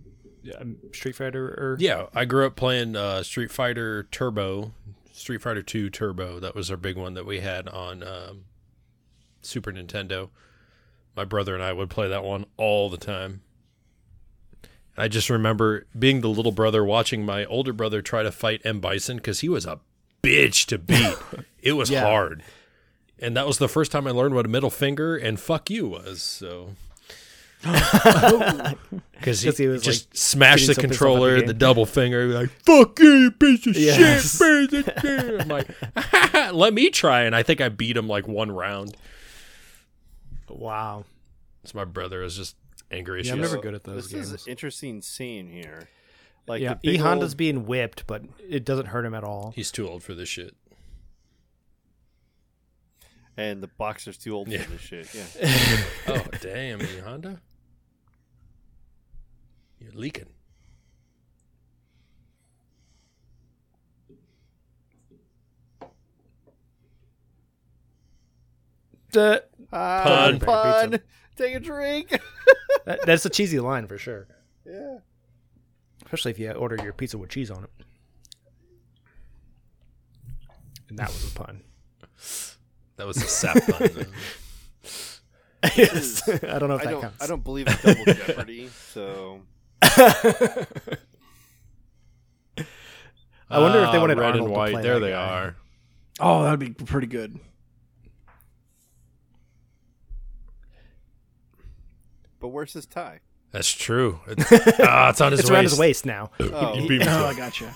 C: um, Street Fighter or
D: Yeah, I grew up playing uh, Street Fighter Turbo, Street Fighter Two Turbo. That was our big one that we had on um, Super Nintendo. My brother and I would play that one all the time. I just remember being the little brother watching my older brother try to fight M Bison because he was a bitch to beat. it was
C: Yeah.
D: hard, and that was the first time I learned what a middle finger and fuck you was. So. Because he,
C: 'Cause he was,
D: just
C: like,
D: smashed
C: getting
D: the
C: so pissed off at the
D: controller,
C: game.
D: the double finger, he'd be like "fuck you, you piece of
C: Yes.
D: shit." piece of shit." I'm like, "Let me try," and I think I beat him like one round.
C: Wow.
D: So my brother is just angry as
C: Yeah, I'm
D: shit.
C: never good at those
B: This is an
C: games.
B: interesting scene here. Like
C: yeah,
B: the
C: E
B: big
C: Honda's
B: old-
C: being whipped, but it doesn't hurt him at all.
D: He's too old for this shit.
B: and the boxer's too old
D: Yeah.
B: for this shit. Yeah.
D: Oh damn, you Honda, you're leaking.
C: Duh.
B: Ah,
D: Pun.
B: pun. Take a drink.
C: That- that's a cheesy line for sure.
B: yeah.
C: Especially if you order your pizza with cheese on it. And that was a pun.
D: That was a sap pun. though.
C: yes. I don't know if
B: I
C: that
B: don't.
C: counts.
B: I don't believe in double jeopardy. So
C: I wonder if they
D: Ah,
C: wanted
D: red
C: Arnold
D: and
C: to
D: white.
C: play
D: there
C: that
D: they
C: guy.
D: are.
E: Oh, that'd be pretty good.
B: But where's his tie?
D: That's true. It's, ah, it's on his
C: It's
D: waist.
C: around his waist now.
B: Oh,
D: You beat me to
E: Oh,
D: it.
E: I gotcha.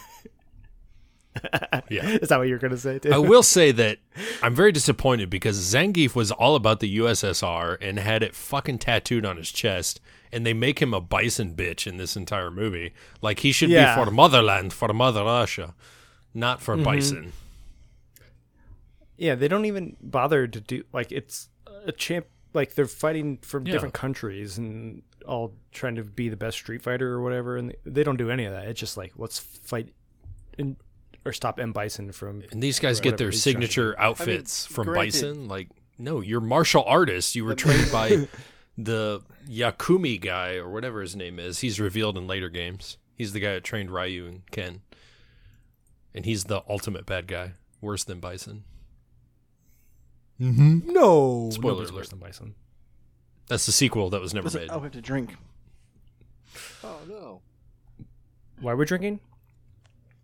D: Yeah.
C: Is that what you're gonna say? Too?
D: I will say that I'm very disappointed because Zangief was all about the USSR and had it fucking tattooed on his chest, and they make him a bison bitch in this entire movie. Like he should
C: Yeah.
D: be for motherland, for mother Russia, not for bison.
C: Yeah, they don't even bother to do like it's a champ. Like they're fighting from
D: Yeah.
C: different countries and all trying to be the best Street Fighter or whatever, and they don't do any of that. It's just like let's fight and or stop M Bison from.
D: And these guys
C: Right.
D: get their
C: Whatever, he's
D: signature outfits from
B: granted-
D: bison. Like no, you're martial artists. You were trained by the Yakumi guy or whatever his name is. He's revealed in later games. He's the guy that trained Ryu and Ken, and he's the ultimate bad guy, worse than bison.
C: No,
D: Spoiler
C: nobody's
D: alert.
C: worse than Bison.
D: That's the sequel that was never
E: Does
D: made.
E: it- oh, we have to drink.
B: oh no.
C: Why we're drinking?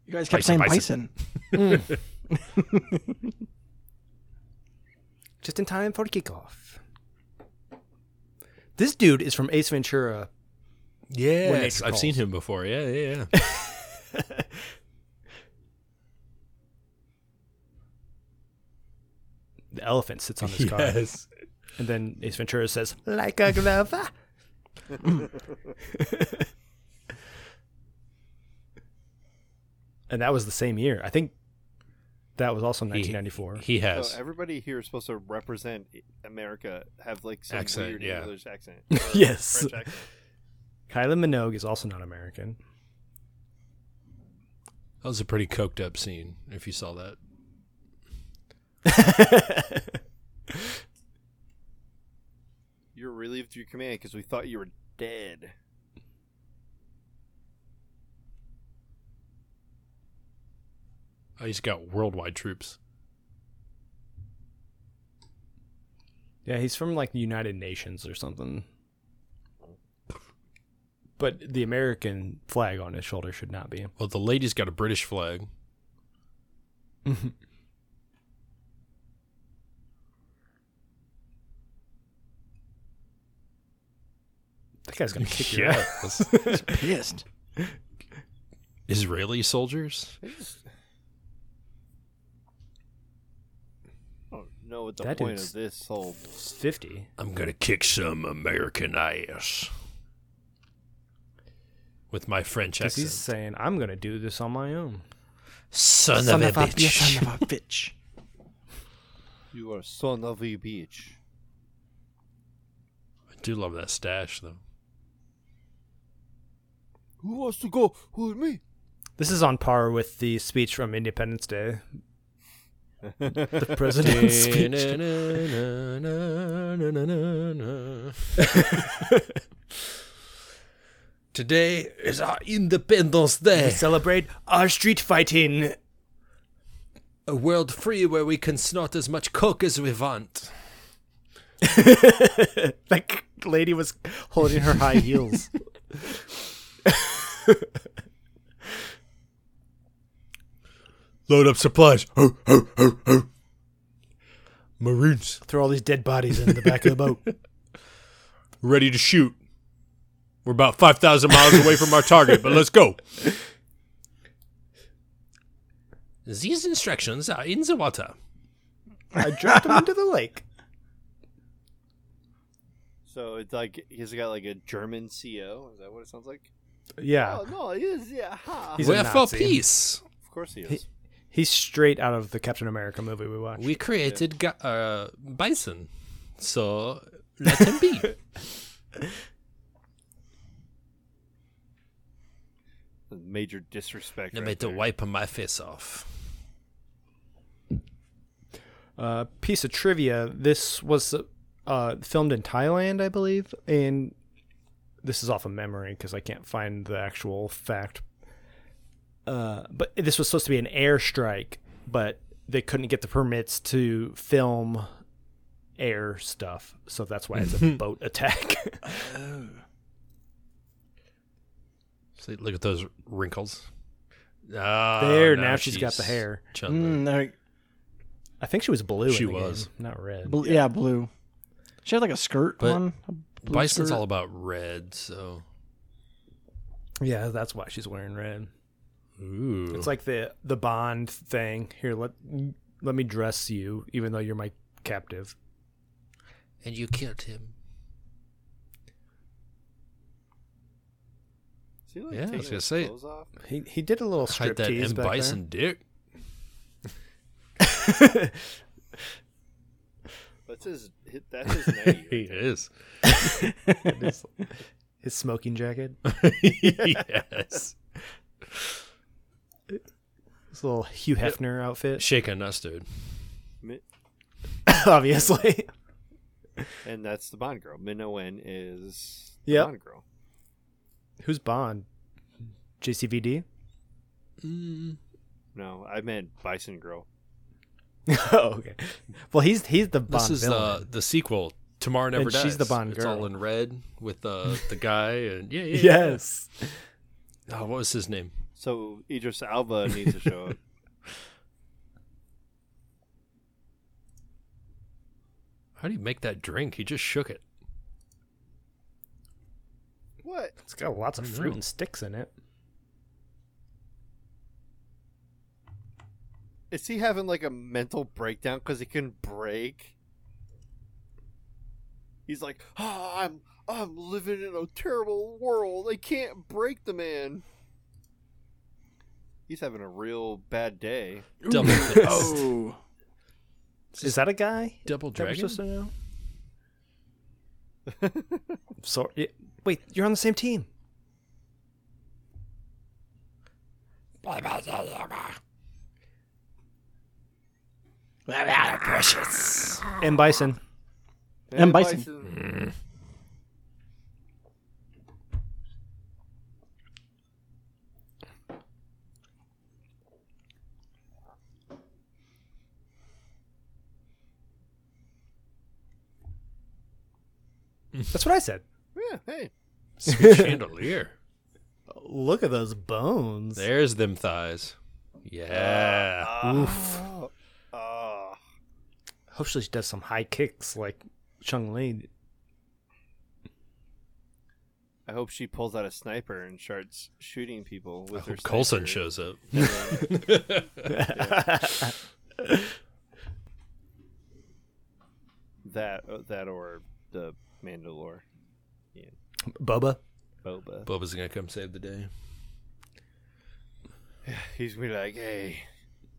E: You guys kept
D: Bison,
E: saying
D: bison.
E: bison.
C: Just in time for the kickoff. This dude is from Ace Ventura.
D: Yes,
C: nature
D: I've seen
C: calls.
D: him before. Yeah, yeah, yeah.
C: The elephant sits on his car, and then Ace Ventura says, "Like a glove." ah." and that was the same year. I think that was also 1994.
D: He has.
B: So everybody here is supposed to represent America, have like some
D: Accent,
B: weird
D: yeah.
B: English accent.
C: Yes.
B: French accent.
C: Kylie Minogue is also not American.
D: That was a pretty coked up scene. If you saw that,
B: You're relieved of your command because we thought you were dead.
D: oh, he's got worldwide troops.
C: Yeah, he's from like the United Nations or something. But the American flag on his shoulder should not be.
D: Well, the lady's got a British flag.
C: That guy's gonna kick your
D: Yeah,
C: ass.
D: that's-
E: Pissed.
D: Israeli soldiers.
B: I don't know what the
C: That
B: point
C: dude's-
B: of this whole.
C: Fifty.
D: I'm gonna kick some American ass with my French
C: 'Cause he's
D: accent.
C: saying, "I'm gonna do this on my own."
D: Son,
E: Son
D: of a bitch.
E: Son of a bitch.
B: You are son of a bitch.
D: I do love that stash though.
B: Who wants to go with me?
C: This is on par with the speech from Independence Day. the president's speech.
D: Today is our Independence Day,
C: Celebrate our street fighting.
D: a world free where we can snort as much coke as we want.
C: That c- lady was holding her high heels.
D: Load up supplies. Marines,
C: Throw all these dead bodies in the back of the boat.
D: ready to shoot. We're about 5,000 miles away from our target, but let's go. These instructions are in the water.
C: I dropped him into the lake.
B: So it's like he's got like a German CO. Is that what it sounds like?
C: Yeah,
B: Oh no, he is. Yeah, ha.
C: He's- a
D: We're for
C: Nazi.
D: peace.
B: of course he is.
C: he's straight out of the Captain America movie we watched.
D: We created ga- uh, bison, so let him be.
B: Major disrespect.
D: Let me
B: right
D: to
B: there.
D: wipe my face off.
C: uh, piece of trivia: This was uh, filmed in Thailand, I believe, and this is off of memory because I can't find the actual fact. Uh, but this was supposed to be an airstrike, but they couldn't get the permits to film air stuff, so that's why it's a boat attack.
D: See, look at those wrinkles. Ah,
C: there, now, Oh, she's got the hair.
D: Chandler.
E: Mm, like,
C: I think she was blue.
D: She
C: in the
D: was.
C: game, not red.
E: bl- yeah. blue. She had like a skirt
D: But
E: on. a blue
D: Bison's
E: skirt.
D: all about red, so
C: Yeah, that's why she's wearing red.
D: ooh,
C: It's like the the Bond thing. Here, let let me dress you, even though you're my captive.
D: and you killed him.
B: Is he, like,
D: Yeah, I was
B: taking
D: gonna
B: his
D: say-
B: clothes off?
C: He he did a little
D: Hide that
C: striptease
D: M
C: back
D: Bison dick.
B: That's his. That's his name.
D: He is.
C: there. His smoking jacket,
D: yes.
C: his little Hugh Hefner outfit,
D: Shaken mustard.
B: Mi-
C: obviously.
B: And that's the Bond girl. Minowen is the
C: Yep.
B: Bond girl.
C: Who's Bond? JCVD. Mm-hmm.
B: No, I meant Bison girl.
C: oh, okay. Well, he's he's the Bond
D: This is
C: villain.
D: uh, the sequel. Tomorrow never
C: And
D: dies.
C: she's the Bond
D: It's all
C: girl.
D: in red with uh, the guy and yeah, yeah, yeah.
C: yes.
D: Oh, what was his name?
B: So Idris Alba needs to show up.
D: How do you make that drink? He just shook it.
B: what?
C: It's got lots of
D: I know.
C: fruit and sticks in it.
B: Is he having like a mental breakdown because he can break? He's like, oh, I'm I'm living in a terrible world. I can't break the man. He's having a real bad day.
D: Double fist.
E: Oh.
C: Is that a guy?
D: Double
C: that we're
D: dragon?
C: supposed to know? Sorry. yeah, Wait, you're on the same team. And Bison.
E: And Bison.
C: That's what I said.
B: Yeah, hey.
D: Sweet chandelier.
C: Look at those bones.
D: There's them thighs. Yeah.
C: Ah, Oof.
B: Uh,
C: Hopefully she does some high kicks like Chung Li.
B: I hope she pulls out a sniper and starts shooting people with her.
D: Hope
B: sniper.
D: Coulson shows up.
B: that uh, that or the Mandalore
C: Bubba.
B: Boba.
D: Bubba's gonna come save the day.
B: He's gonna be like, "Hey,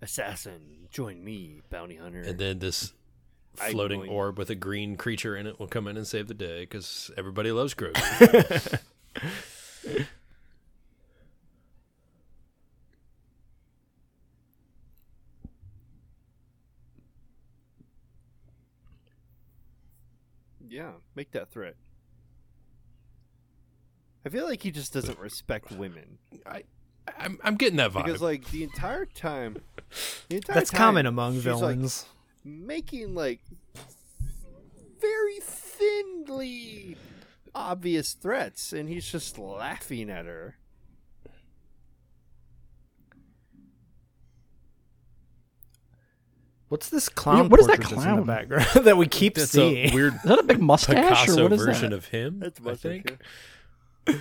B: assassin, join me, bounty hunter."
D: And then this
B: I
D: floating
B: believe-
D: orb with a green creature in it will come in and save the day because everybody loves Grogu.
B: yeah, make that threat. I feel like he just doesn't respect women
D: I, I'm, I'm getting that vibe.
B: because, like, the entire time, the entire
C: That's
B: time,
C: common among
B: she's, like,
C: villains.
B: making like very thinly obvious threats, and he's just laughing at her.
C: What's this clown?
E: what is that
C: portrait that's in
E: clown?
C: the background that we keep
D: That's
C: seeing?
D: a weird
E: Is that a big mustache or
D: Picasso
E: what is
D: version
E: that?
D: of him. I think.
B: That's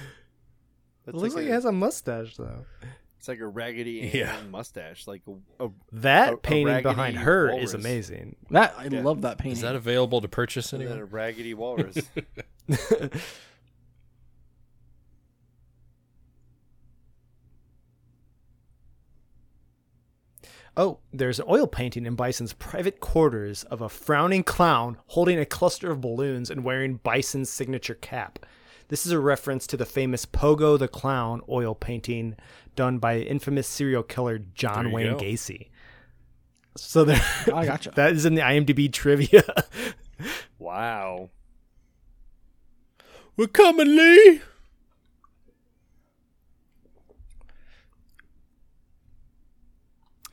C: looks like
B: a-
C: he has a mustache though.
B: It's like a raggedy Ann
D: Yeah.
B: mustache, like a, a
C: That
B: A- a
C: painting
B: raggedy
C: behind her
B: walrus.
C: is amazing.
E: That I
B: Yeah.
E: love that painting.
D: Is that available to purchase
B: and then
D: anywhere?
B: a raggedy walrus.
C: Oh, there's an oil painting in Bison's private quarters of a frowning clown holding a cluster of balloons and wearing Bison's signature cap. This is a reference to the famous Pogo the Clown oil painting done by infamous serial killer
D: There
C: John
D: you
C: Wayne
D: go.
C: Gacy. So there,
E: I gotcha.
C: that is in the IMDb trivia.
B: wow.
D: We're coming, Lee.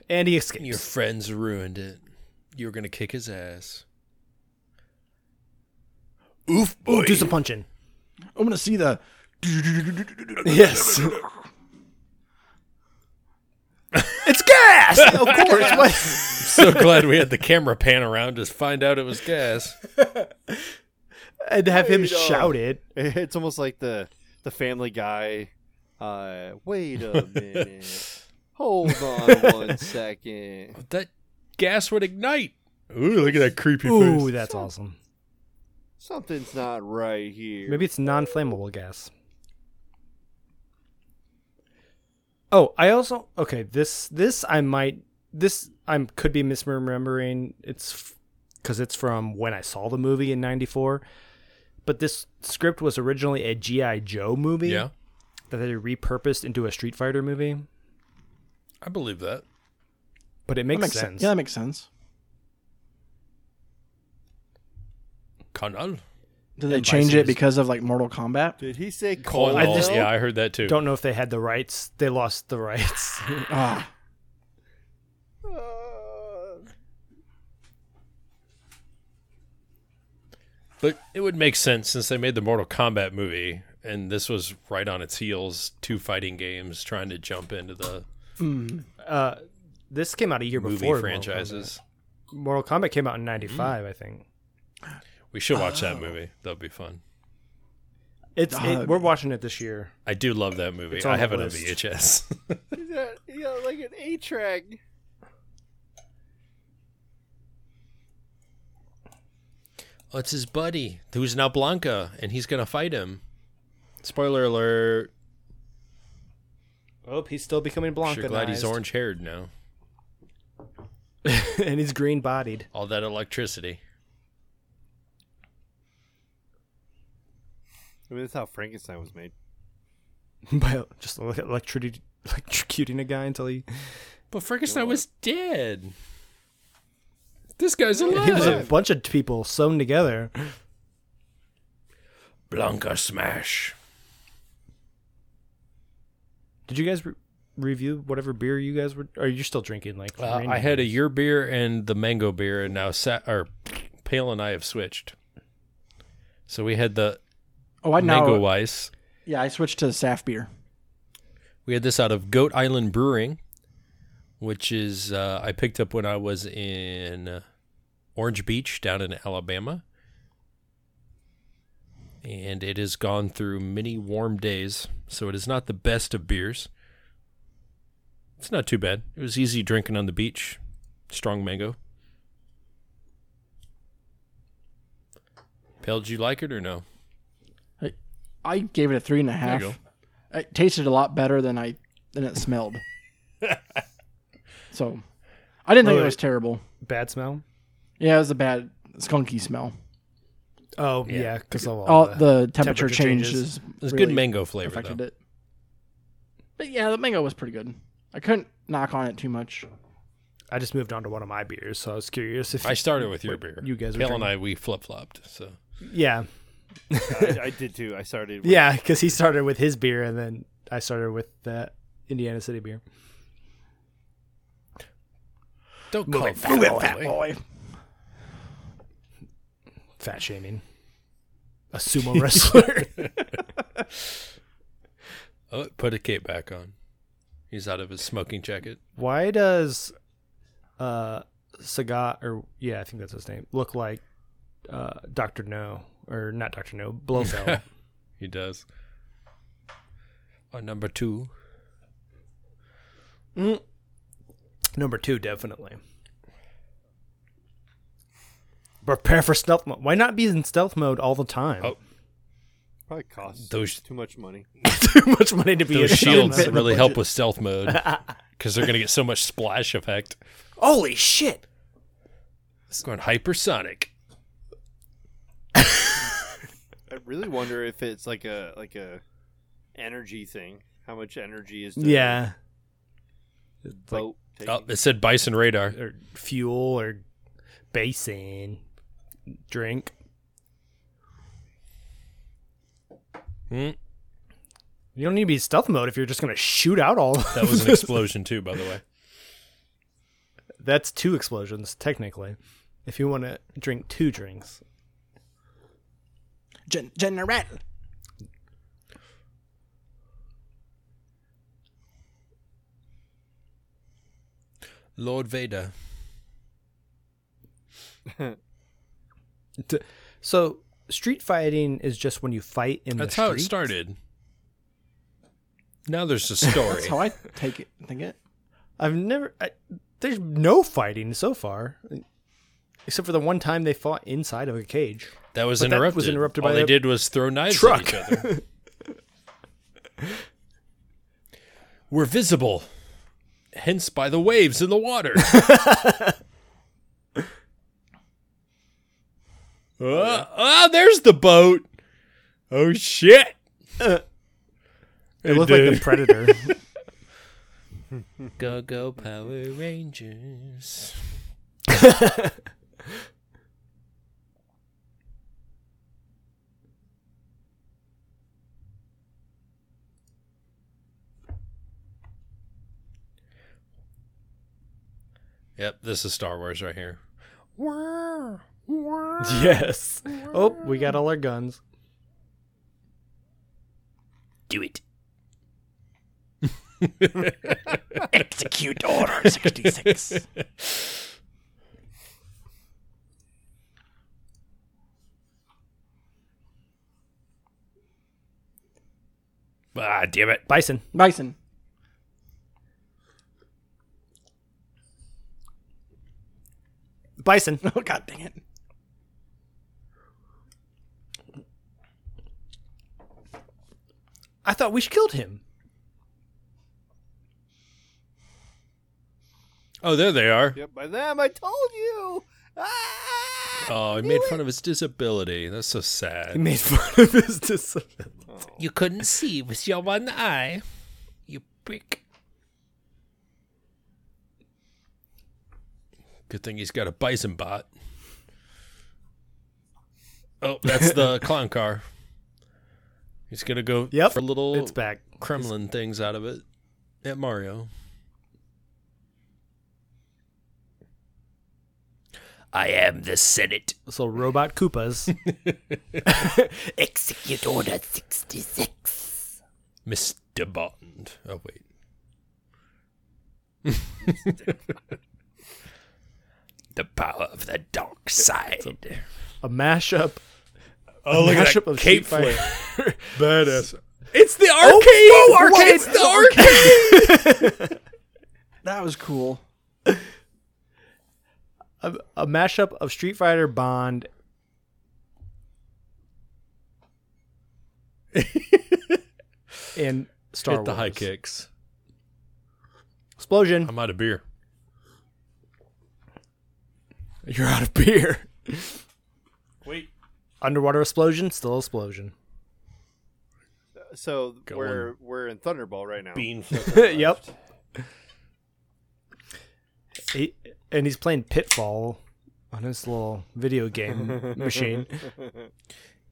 C: and he escapes.
D: Your friends ruined it. You were gonna kick his ass. Oof, boy.
C: Do some punching.
E: I'm gonna see the.
C: Yes. it's gas! of course. What?
D: so glad we had the camera pan around to find out it was gas.
C: And have him
B: Wait on.
C: shout it.
B: It's almost like the the Family Guy. Uh, wait a minute. Hold on one second.
D: That gas would ignite. Ooh, look at that creepy
C: Ooh, that's awesome.
B: Something's not right here.
C: Maybe it's non flammable gas. Oh, I also okay. This this I might this I could be misremembering. It's because it's from when I saw the movie in '94, but this script was originally a GI Joe movie
D: Yeah,
C: that they repurposed into a Street Fighter movie.
D: I believe that.
C: But it
E: That
C: makes,
E: makes
C: sense.
E: sense. Yeah, that makes sense.
D: Canal.
E: Did they
C: And
E: change
C: Bison
E: it
C: is-
E: because of like Mortal Kombat?
B: Did he say
D: Coil.
B: cold?
C: I just-
D: yeah, I heard that too.
C: Don't know if they had the rights. They lost the rights.
E: Ah,
D: But it would make sense since they made the Mortal Kombat movie, and this was right on its heels. Two fighting games trying to jump into the
C: uh, this came out a year
D: movie
C: before Mortal
D: franchises.
C: Kombat. Mortal Kombat came out in '95, I think.
D: We should watch that movie.
C: Ah.
D: That'd be fun.
C: It's
E: Dog.
C: it, we're watching it this year.
D: I do love that movie.
C: It's on
D: I
C: the
D: have it on
C: list.
D: VHS.
B: He's got, he got like an A track.
D: oh, it's his buddy, who's now Blanca, and he's gonna fight him. Spoiler alert.
C: Oh, he's still becoming blanc
D: Sure glad he's orange haired now.
C: and he's green bodied.
D: All that electricity.
B: I mean, that's how Frankenstein was made.
C: By just ele- electricity, electrocuting a guy until he
D: But Frankenstein was dead. This guy's
C: it was a
D: alive.
C: bunch of people sewn together.
D: Blanca smash.
C: Did you guys re- review whatever beer you guys were? Or you're still drinking? Like
D: Uh,
C: random-
D: I had a your beer and the mango beer, and now Sa- or Pale and I have switched. So we had the
E: Oh, I
D: mango
E: now.
D: wise.
E: Yeah, I switched to Saf beer.
D: We had this out of Goat Island Brewing, which is uh, I picked up when I was in Orange Beach down in Alabama, and it has gone through many warm days, so it is not the best of beers. It's not too bad. It was easy drinking on the beach. Strong mango. Pale, did you like it or no?
E: I gave it a three and a half.
D: you
E: It tasted a lot better than I than it smelled. so, I didn't think
C: Oh,
E: it was terrible.
C: bad smell.
E: Yeah, it was a bad skunky smell.
C: Oh yeah, because of all
E: Oh,
C: the,
E: the temperature,
C: temperature
E: changes.
C: changes.
D: It was
E: really
D: good mango flavor
E: affected
D: though.
E: it. But yeah, the mango was pretty good. I couldn't knock on it too much.
C: I just moved on to one of my beers, so I was curious if
D: I started with your beer.
C: you guys were
D: Pale and I we flip flopped. So
C: yeah
B: I, I did too. I started. With,
C: yeah because he started with his beer and then I started with that Indiana City beer.
D: Don't call it
E: boy.
C: Fat shaming. A sumo wrestler.
D: Oh, put a cape back on. He's out of his smoking jacket.
C: Why does uh Sagat or yeah, I think that's his name, look like uh Doctor No or not Doctor No, Blofeld.
D: He does. On number two,
C: Number two, definitely. Prepare for stealth mode. Why not be in stealth mode all the time?
D: Oh.
B: probably cost
D: Those-
B: too much money.
C: Too much money to be
D: those
C: in
D: shields
C: stealth mode.
D: really help with stealth mode because they're gonna get so much splash effect.
C: Holy shit!
D: It's going hypersonic.
B: I really wonder if it's like a like a energy thing. How much energy is the
C: Yeah,
B: boat taking?
D: Oh, it said bison radar.
C: or fuel or basin drink.
D: Hmm.
C: You don't need to be in stealth mode if you're just gonna shoot out all.
D: That was an explosion too, by the way.
C: That's two explosions technically. If you want to drink two drinks,
E: Gen- General.
D: Lord Vader.
C: T- so street fighting is just when you fight in
D: That's
C: the
D: how it
C: street?
D: started. Now there's a story.
E: That's how I take it. Think it.
C: I've never. I, there's no fighting so far, except for the one time they fought inside of a cage.
D: That was
C: But that
D: interrupted.
C: was interrupted
D: All
C: by
D: they
C: the
D: did was throw knives
C: truck.
D: at each other. We're visible, hence by the waves in the water. Ah, ah, there's the boat. Oh shit!
C: Uh, It looked like the predator.
D: Go go Power Rangers. yep, this is Star Wars right here.
C: yes. Oh, we got all our guns.
D: Do it.
E: Execute order sixty six.
D: Ah, damn it.
C: Bison.
E: Bison.
C: Bison.
E: Oh god dang it.
C: I thought we killed him.
D: Oh, there they are.
B: Yep, by them, I told you. Ah!
D: Oh, he made fun of his disability. That's so sad.
C: made fun of his disability.
D: You couldn't see with your one eye. You prick. Good thing he's got a bison bot. Oh, that's the clown car. He's gonna go
C: Yep,
D: for little
C: It's back.
D: Kremlin things out of it at Mario. I am the Senate.
C: So robot Koopas.
A: Execute Order 66.
D: Mr. Bond. Oh wait. the power of the dark side.
C: a mashup.
D: Oh look
C: mashup of Street Fighter.
D: Badass. It's the arcade. Oh, arcade. It's the arcade.
E: That was cool.
C: A, a mashup of Street Fighter Bond. and Star
D: Hit the
C: Wars.
D: high kicks.
C: Explosion.
D: I'm out of beer.
C: You're out of beer. Wait. Underwater explosion, still explosion.
B: So
D: Go
B: we're we're in Thunderball right now.
D: Bean.
C: yep. He, and he's playing Pitfall on his little video game machine.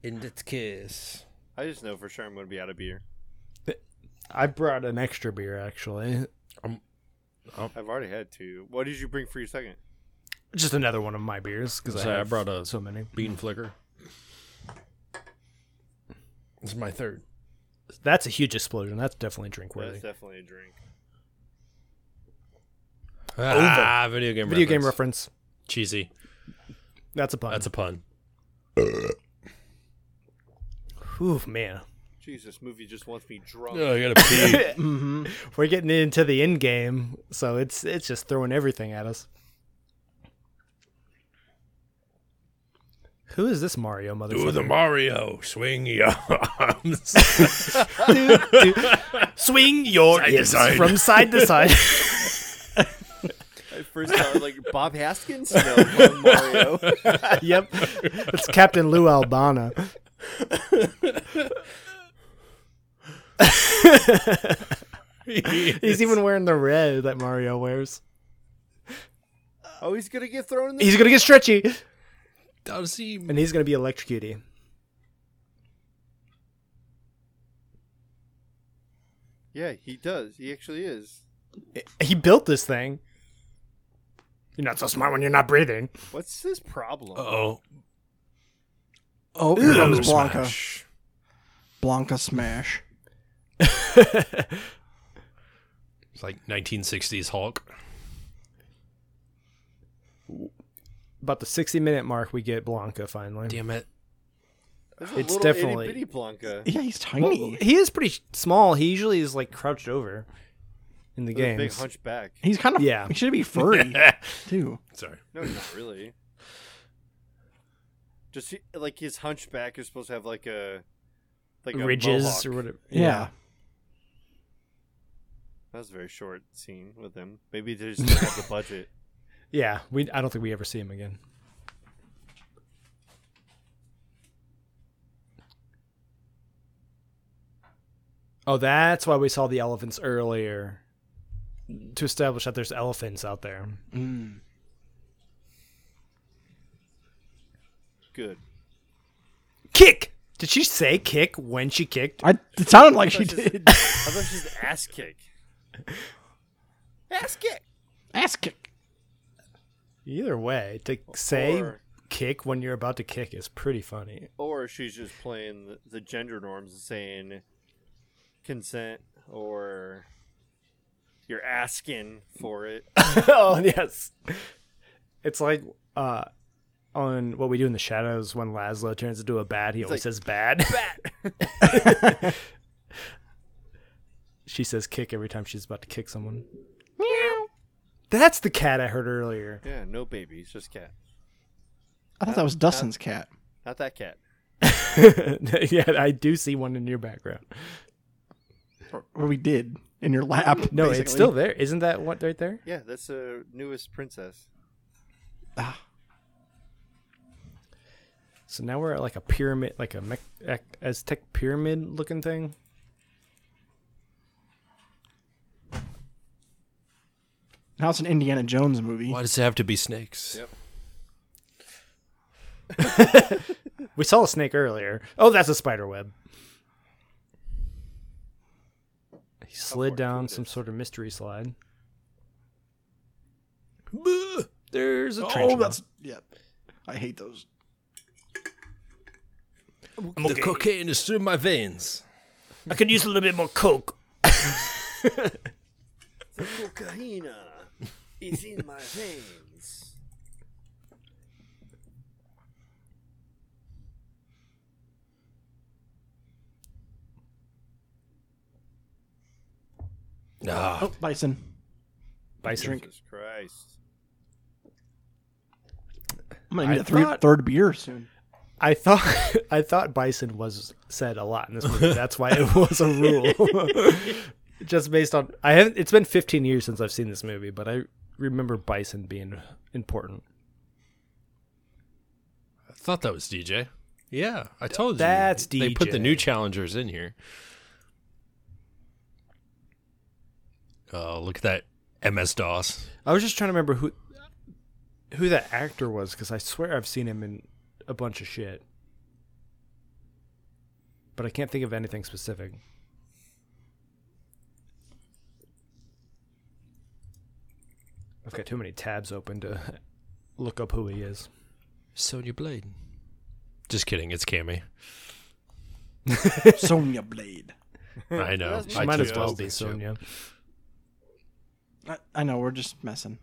D: In the kiss.
B: I just know for sure I'm going to be out of beer.
C: I brought an extra beer actually.
B: I've already had two. What did you bring for your second?
C: Just another one of my beers because
D: Sorry,
C: I,
D: I
C: have
D: brought a-
C: so many.
D: Bean flicker. This is my third.
C: That's a huge explosion. That's definitely drink
B: That's
C: worthy.
B: definitely a drink.
D: Ah, video game.
C: Video game
D: reference.
C: reference.
D: Cheesy.
C: That's a pun.
D: That's a pun.
C: Ooh, man.
B: Jesus, this movie just wants me drunk.
D: Oh, I gotta pee.
E: hmm
C: We're getting into the end game, so it's it's just throwing everything at us. Who is this Mario
D: Do the
C: motherfucker?
D: Mario. Swing your arms.
C: Swing your
D: Side to
C: hips
D: side.
C: from side to side.
B: I first thought like Bob Haskins, no, Bob Mario.
C: yep, it's Captain Lou Albana. He's even wearing the red that Mario wears.
B: Oh, he's gonna get thrown in the.
C: He's gonna get stretchy,
D: Does he?
C: and he's gonna be electrocuted.
B: Yeah, he does. He actually is.
C: He built this thing. You're not so smart when you're not breathing.
B: What's his problem?
C: Uh,
D: Oh,
E: Oh, here comes Blanca. Blanca smash.
D: It's like 1960s Hulk.
C: About the 60 minute mark, we get Blanca finally.
D: Damn it!
B: There's
C: it's definitely-
B: itty bitty Blanca.
E: Yeah, he's
C: Well,
E: tiny.
C: he is pretty small. He usually is like crouched over in the
B: There's a
C: game.
B: big hunchback.
E: he's kind of
C: Yeah.
E: He should be furry too.
D: Sorry.
B: No, not really. Just he- like his hunchback is supposed to have like a like a
C: Ridges
B: mohawk.
C: or whatever.
E: Yeah.
B: That was a very short scene with him. Maybe they just didn't have the budget.
C: Yeah, we. I don't think we ever see him again. Oh, that's why we saw the elephants earlier, to establish that there's elephants out there.
E: Mm.
B: Good.
C: Kick. Did she say kick when she kicked?
E: I, it sounded like she
B: That's just-
E: did.
B: I thought it was just an ass kick. Ass kick.
E: Ass kick.
C: Either way, to say
B: Or-
C: kick when you're about to kick is pretty funny.
B: or she's just playing the, the gender norms and saying consent or you're asking for it.
C: oh yes, it's like uh, on what we do in the shadows when Laszlo turns into a bat. He always
B: like,
C: says bad. she says kick every time she's about to kick someone. That's the cat I heard earlier.
B: Yeah, no baby, it's just cat.
E: I thought that was Dustin's cat.
B: Not that cat.
C: yeah, I do see one in your background.
E: Or we did. in your lap.
C: No,
E: basically.
C: it's still there. Isn't that what right there?
B: Yeah, that's the newest princess.
C: So now we're at like a pyramid, like a Mec- Ac- Aztec pyramid looking thing.
E: Now it's an Indiana Jones movie.
D: Why does it have to be snakes?
C: We saw a snake earlier. Oh, that's a spider web. He slid down some sort of mystery slide.
D: Bleh.
C: There's a
E: Oh, that's yeah. I hate those.
D: The cocaine is through my veins.
C: I could use a little bit more coke.
G: Cocaina is in my veins.
D: Ah,
E: Oh, bison.
C: Bison.
B: Jesus Christ.
E: I'm gonna
C: I
E: need a three,
C: thought-
E: third beer soon.
C: I thought I thought bison was said a lot in this movie. That's why it was a rule. Just based on I haven't it's been 15 years since I've seen this movie, but I remember bison being important.
D: I thought that was DJ. Yeah, I told
C: That's
D: you. They put the
C: DJ.
D: new challengers in here. Oh, look at that MS DOS.
C: I was just trying to remember who who that actor was because I swear I've seen him in a bunch of shit, but I can't think of anything specific. I've got too many tabs open to look up who he is.
D: Sonya Blade. Just kidding, it's Cammy.
E: Sonya Blade.
D: I know.
B: She
D: I
C: Might as
D: just
C: well
D: lost
C: be
D: it, too.
C: Sonya.
E: I, I know we're just messing.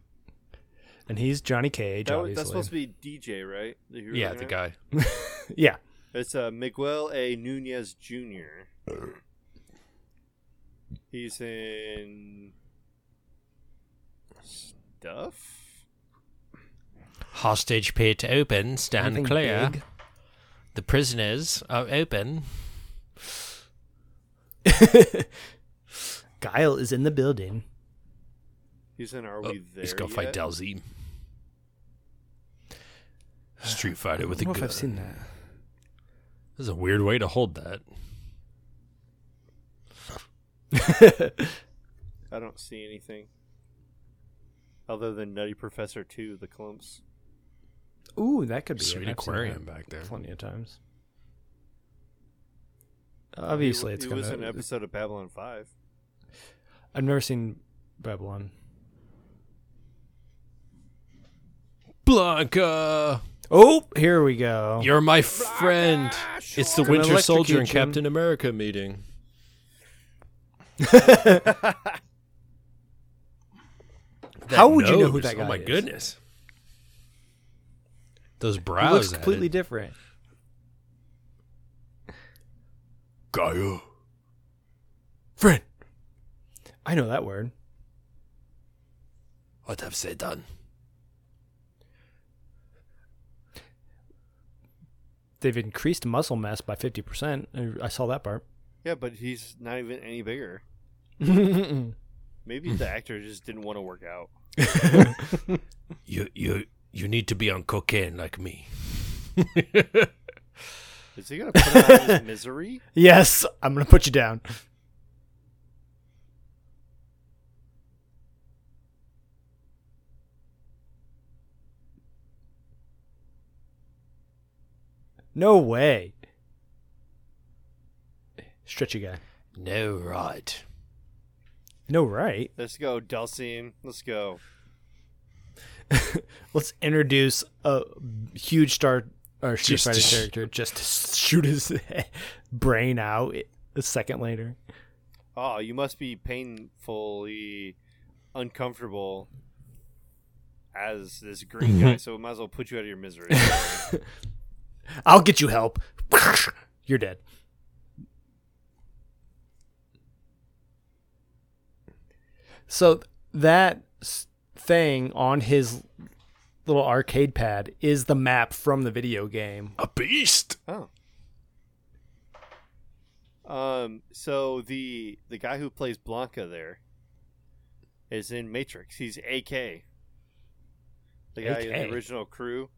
C: And he's Johnny Cage,
B: That, was-
C: obviously.
B: that's supposed to be DJ, right? That you were
D: Yeah,
B: looking
D: the
B: at?
D: guy.
C: yeah,
B: It's uh, Miguel A. Nunez Jr. He's in stuff.
D: Hostage pit open, stand
C: Anything
D: clear.
C: big?
D: The prisoners are open.
C: Guile is in the building.
B: He's in Are
D: Oh,
B: We There?
D: he's gonna fight
B: Yet?
D: Dalzim. Street Fighter with
C: I
D: a
C: don't
D: gun.
C: know if I've seen that.
D: This is a weird way to hold that.
B: I don't see anything other than Nutty Professor Two, The Clumps.
C: Ooh, that could be it.
D: Sweet
C: I've seen
D: aquarium
C: that
D: back there.
C: Plenty of times. Obviously,
B: He-
C: it's
B: he
C: gonna.
B: was an episode of Babylon Five.
C: I've never seen Babylon.
D: Blanca,
C: Oh, here we go.
D: you're my friend. It's the
C: Gonna
D: Winter Soldier and
C: electrocute you.
D: Captain America meeting. That
C: How would you know who that
D: Oh
C: guy
D: my
C: is?
D: goodness. Those
C: It
D: brows.
C: looks completely
D: added.
C: different.
D: Gaia.
C: Friend. I know that word.
D: What have they done?
C: They've increased muscle mass by fifty percent. I, I saw that part.
B: Yeah, but he's not even any bigger.
C: That's
B: Maybe the actor just didn't want to work out.
D: You you you need to be on cocaine like me.
B: Is he gonna put him out of his misery?
C: Yes, I'm gonna put you down. No way. Stretchy guy.
D: no right.
C: No right.
B: Let's go, Delcine. Let's go.
C: Let's introduce a huge star or Street
D: Just-
C: Fighter character just to shoot his brain out a second later.
B: Oh, you must be painfully uncomfortable as this green guy, so we might as well put you out of your misery.
C: I'll get you help. You're dead. So that s- thing on his little arcade pad is the map from the video game.
D: A beast.
B: oh. Um, so the the guy who plays Blanca there is in Matrix. He's AK. The guy in the
C: AK?
B: original crew,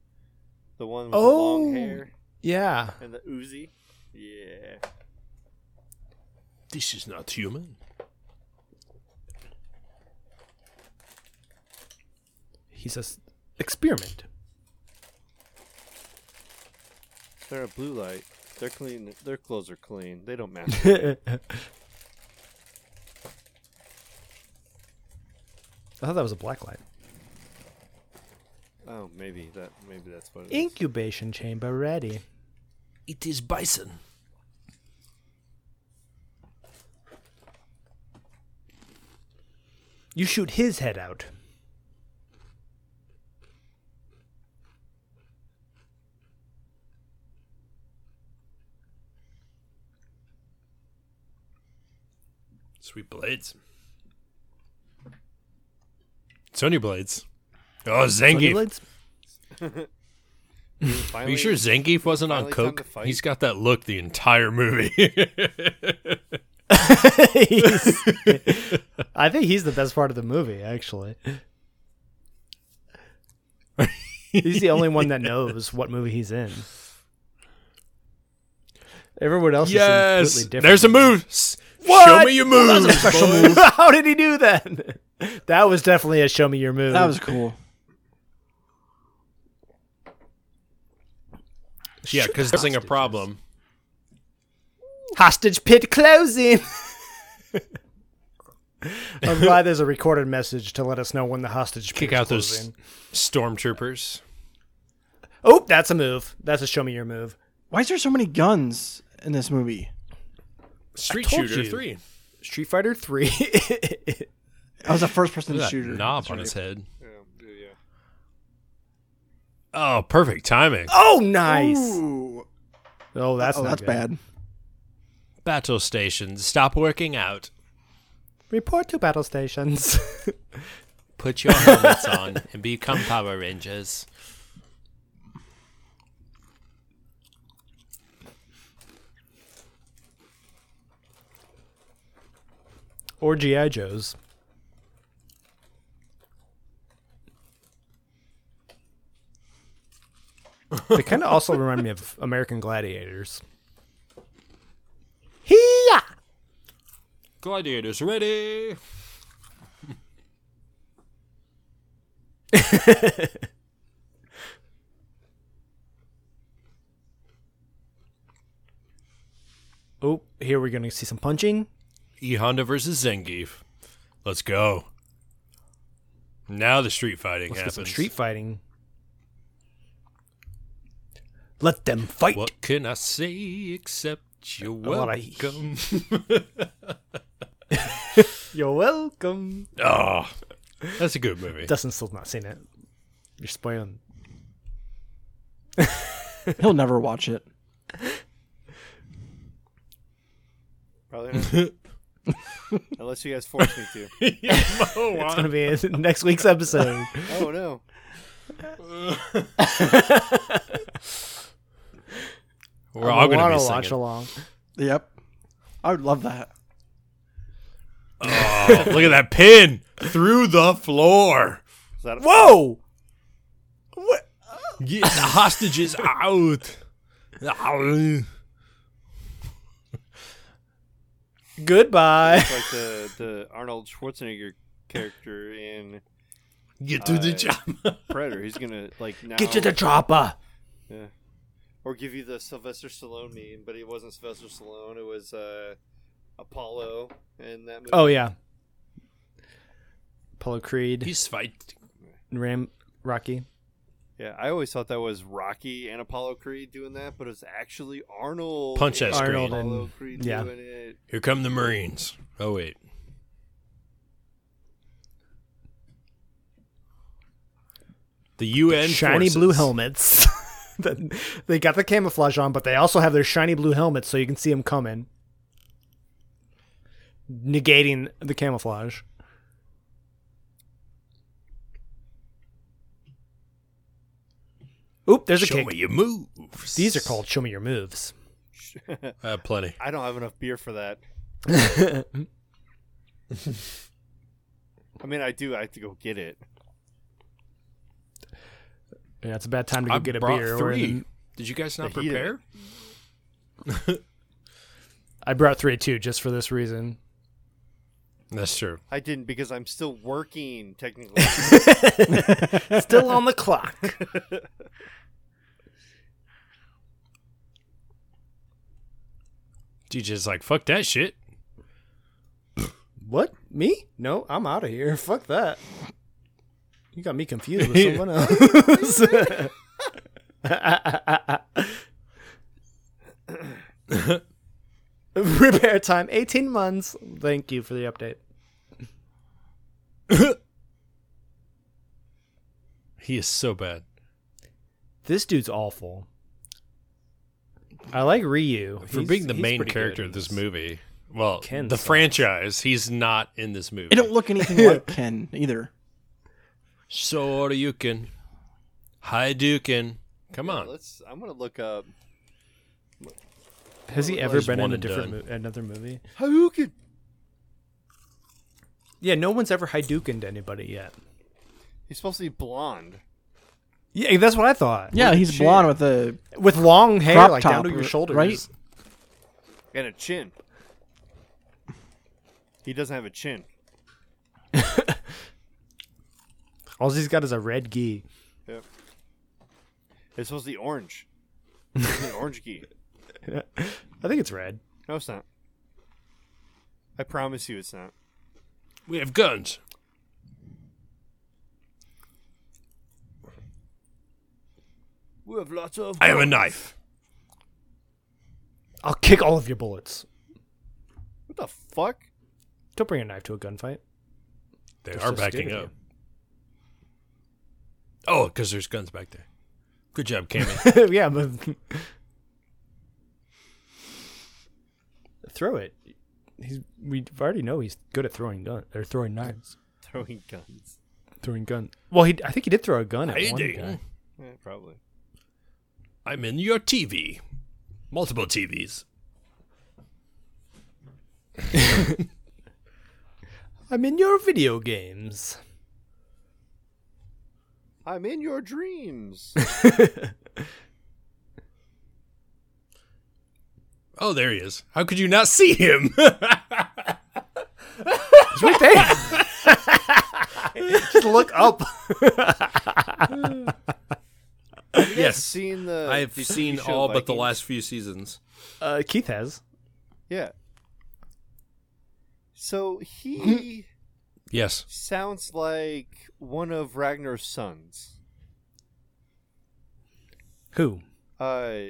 B: the one with the long
C: Oh.
B: hair
C: Yeah.
B: and the Uzi. Yeah.
D: This is not human.
C: He says, experiment.
B: They're a blue light. They're clean. Their clothes are clean. They don't match.
C: I thought that was a black light.
B: oh, maybe that. Maybe that's what. It is.
C: Incubation chamber ready.
D: It is bison.
C: You shoot his head out.
D: Sweet blades. Sony blades. Oh, Zangief.
C: Blades?
D: Are you sure Zangief wasn't on
B: finally time
D: coke?
B: to fight.
D: He's got that look the entire movie.
C: He's- I think he's the best part of the movie, actually. He's the only one that knows what movie he's in. Everyone else is in
D: yes.
C: completely different.
D: There's a move. S- Show me your move.
C: Special move. How did he do that? That was definitely a show me your move.
E: That was cool.
D: Yeah, because there's a problem.
C: hostage pit closing. I'm glad there's a recorded message to let us know when the hostage
D: Kick
C: pit
D: out
C: is
D: those
C: closing.
D: stormtroopers.
C: Oh, that's a move. That's a show me your move.
E: Why is there so many guns in this movie?
D: Street
C: told
D: shooter
C: you.
D: three.
C: Street Fighter Three.
E: I was a first person
D: Look at that
E: shooter.
D: knob on his head.
B: Yeah, yeah.
D: Oh, perfect timing.
C: oh, nice. Oh, that's
E: oh,
C: not
E: that's
C: good.
E: bad.
D: Battle stations, stop working out.
C: Report to battle stations.
D: Put your helmets on and become Power Rangers.
C: or GI Joes. they kind of also remind me of American Gladiators.
D: Gladiators ready.
C: Oh, here we're going to see some punching.
D: E Honda versus Zangief. Let's go. Now the street fighting
C: Let's get
D: happens.
C: some street fighting. Let them fight.
D: what can I say except you're
C: lot of-
D: welcome?
C: You're welcome.
D: oh, that's a good movie.
C: Dustin's still not seen it. You're spoiling.
E: He'll never watch it.
B: Probably not. Unless you guys force me to.
D: oh,
C: It's going to be in next week's episode.
B: Oh no.
D: We're all going to
C: wanna
D: be
C: watch
D: singing.
C: along.
E: Yep. I would love that.
D: Oh, look at that pin through the floor.
B: Is that a-
C: Whoa!
D: Get the hostages out.
C: Goodbye.
B: It's like the the Arnold Schwarzenegger character in
D: Get to the
B: Uh,
D: job.
B: Predator. He's gonna like now
C: Get to the chopper.
B: or give you the Sylvester Stallone meme, but it wasn't Sylvester Stallone. It was uh, Apollo and that movie.
C: Oh yeah. Apollo Creed,
D: He's fighting.
C: Ram, Rocky.
B: yeah. I always thought that was Rocky and Apollo Creed doing that, but it's actually Arnold.
D: Punch
B: and
D: that screen.
C: Arnold and-
B: Apollo Creed
C: yeah.
B: doing it.
D: Here come the Marines. Oh wait. The UN
C: shiny blue
D: forces.
C: helmets. That- they got the camouflage on, but they also have their shiny blue helmets, so you can see them coming, negating the camouflage. Oop! There's a
D: Show
C: kick.
D: me your moves.
C: These are called "Show Me Your Moves."
D: I have Uh, plenty.
B: I don't have enough beer for that. I mean, I do. I have to go get it.
C: Yeah, it's a bad time to go
D: I
C: get a
D: brought
C: beer. We're
D: three.
C: in-
D: Did you guys not
B: The heat of
D: prepare?
C: I brought three too, just for this reason.
D: That's true.
B: I didn't because I'm still working technically.
C: Still on the clock.
D: DJ's like, fuck that shit.
C: What? Me? No, I'm out of here. Fuck that. You got me confused with someone else. Repair time 18 months. Thank you for the update.
D: He is so bad.
C: This dude's awful. I like Ryu.
D: For
C: He's-
D: being the
C: he's
D: main
C: pretty good
D: character
C: in
D: of this movie, well,
C: Ken
D: the
C: sucks.
D: franchise, he's not in this movie.
E: It don't look anything like Ken either.
D: Soryuken. Hiduken. Come on.
B: Let's. I'm gonna look up.
C: Has he ever
D: Just
C: been in
D: one
C: a
D: and
C: different
D: done.
C: mo- another movie?
B: Hadouken.
C: Yeah, no one's ever Hadoukened anybody yet.
B: He's supposed to be blonde.
C: Yeah, that's what I thought.
E: Yeah, he's blonde with a
C: With long hair,
E: crop
C: like
E: top,
C: down to your
E: r-
C: shoulders.
E: right?
B: and a chin. He doesn't have a chin.
C: All he's got is a red gi.
B: It's supposed to be orange. It's an orange key.
C: I think it's red.
B: No, it's not. I promise you, it's not.
D: We have guns.
G: We have lots of.
D: I have a knife.
C: I'll kick all of your bullets.
B: What the fuck?
C: Don't bring a knife to a gunfight.
D: They
C: They're so
D: are backing
C: scared of
D: up. Oh, because there's guns back there. Good job, Cammy.
C: yeah, but throw it. He's, we already know he's good at throwing gun or throwing knives,
B: Throwing guns.
C: throwing gun. Well, he I think he did throw a gun at
D: Hey,
C: one
D: Dayton.
C: guy.
B: Yeah, probably.
D: I'm in your TV. Multiple TVs.
C: I'm in your video games.
B: I'm in your dreams.
D: Oh, there he is. How could you not see him?
C: He's right there. Just look up.
D: yes.
B: seen the.
D: I have
B: the TV
D: seen
B: show
D: all but the
B: Vikings?
D: last few seasons.
C: Uh, Keith has.
B: Yeah. So he
D: Yes.
B: sounds like one of Ragnar's sons.
C: Who?
B: Uh,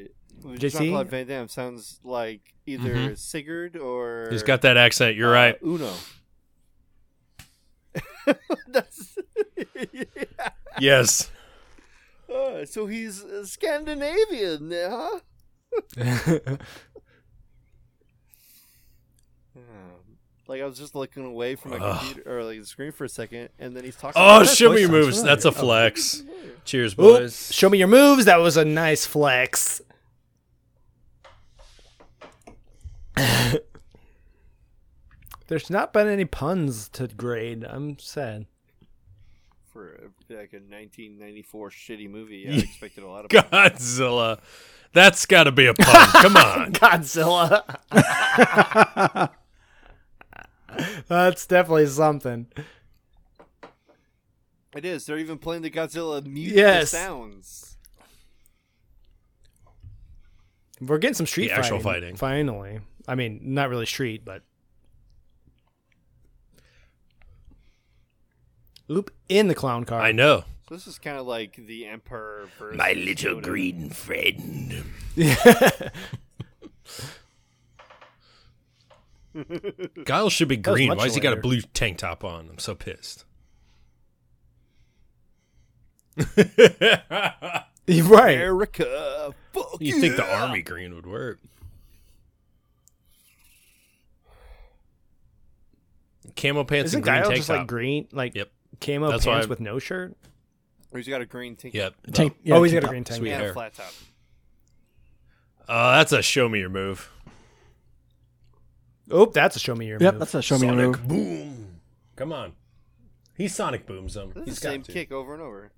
C: JC?
B: Jean Claude Van Damme sounds like either Sigurd or
D: Mm-hmm. He's got that accent. You're
B: uh,
D: right.
B: Uno. That's
D: Yes.
B: uh, so he's uh, Scandinavian, huh?
C: Oh,
B: Um, Like I was just looking away from my
D: Ugh.
B: computer or like the screen for a second, and then he's talking.
D: Oh,
B: like that.
D: shimmy
C: voice sounds
D: moves. That's a
C: familiar.
D: flex. Cheers,
C: Oop,
D: boys.
C: show me your moves. That was a nice flex. There's not been any puns to grade. I'm sad.
B: for uh, like a 1994 shitty movie, I expected a lot of.
D: Godzilla. That's got to be a pun. Come on.
C: Godzilla. That's definitely something.
B: It is. They're even playing the Godzilla music
C: Yes.
B: sounds.
C: We're getting some street
D: The actual fighting.
C: Finally, I mean, not really street, but oop in the clown car.
D: I know.
B: So this is kind of like the Emperor versus
H: My little
B: Yoda.
H: green friend.
D: Guile should be
C: was
D: green.
C: much
D: Why has he got a
C: later.
D: blue tank top on? I'm so pissed.
C: You're right.
B: America. Fuck
D: you think the army green would work? Camo pants
C: Isn't
D: and green
C: Guile
D: tank
C: just
D: top.
C: like green, like
D: Yep.
C: camo
D: That's why
C: pants
D: I-
C: with no shirt?
B: He's got a green tank
D: Yep.
E: Tank,
C: oh, he's
E: tank
C: got a
E: top.
C: green tank.
D: Sweet.
B: and
D: hair.
B: a flat top.
D: Uh, that's a show me your move.
C: Oh, that's a show me your
E: Yep,
C: move.
E: that's a show me your move.
D: boom. Come on. He sonic booms them.
B: It's
D: He's
B: the
D: got
B: same
D: to.
B: kick over and over.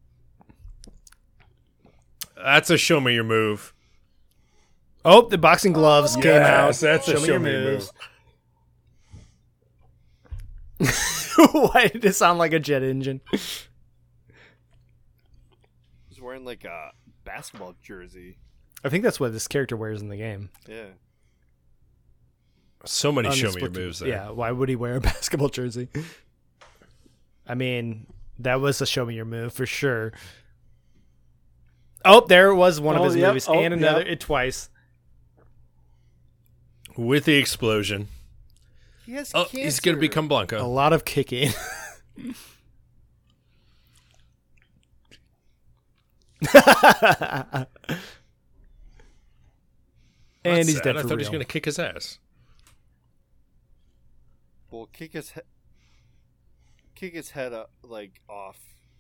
D: That's a show me your move.
C: Oh, the boxing gloves came out.
D: That's a show me your, move.
C: Why did it sound like a jet engine?
B: He's wearing like a basketball jersey.
C: I think that's what this character wears in the game.
B: Yeah.
D: So many show me your
C: Inexplicably-
D: moves there.
C: Yeah, why would he wear a basketball jersey? I mean, that was a show me your move for sure. Oh, there was one
E: Oh,
C: of his
E: yep.
C: movies
E: Oh,
C: and another
E: yep.
C: it twice.
D: With the explosion.
B: He has
D: Oh, he's going to become Blanco.
C: A lot of kicking. and
D: That's
C: he's
D: sad.
C: dead
D: I
C: for
D: thought he was
C: real.
D: going to kick his ass.
B: Well, kick his he- kick his head up like off.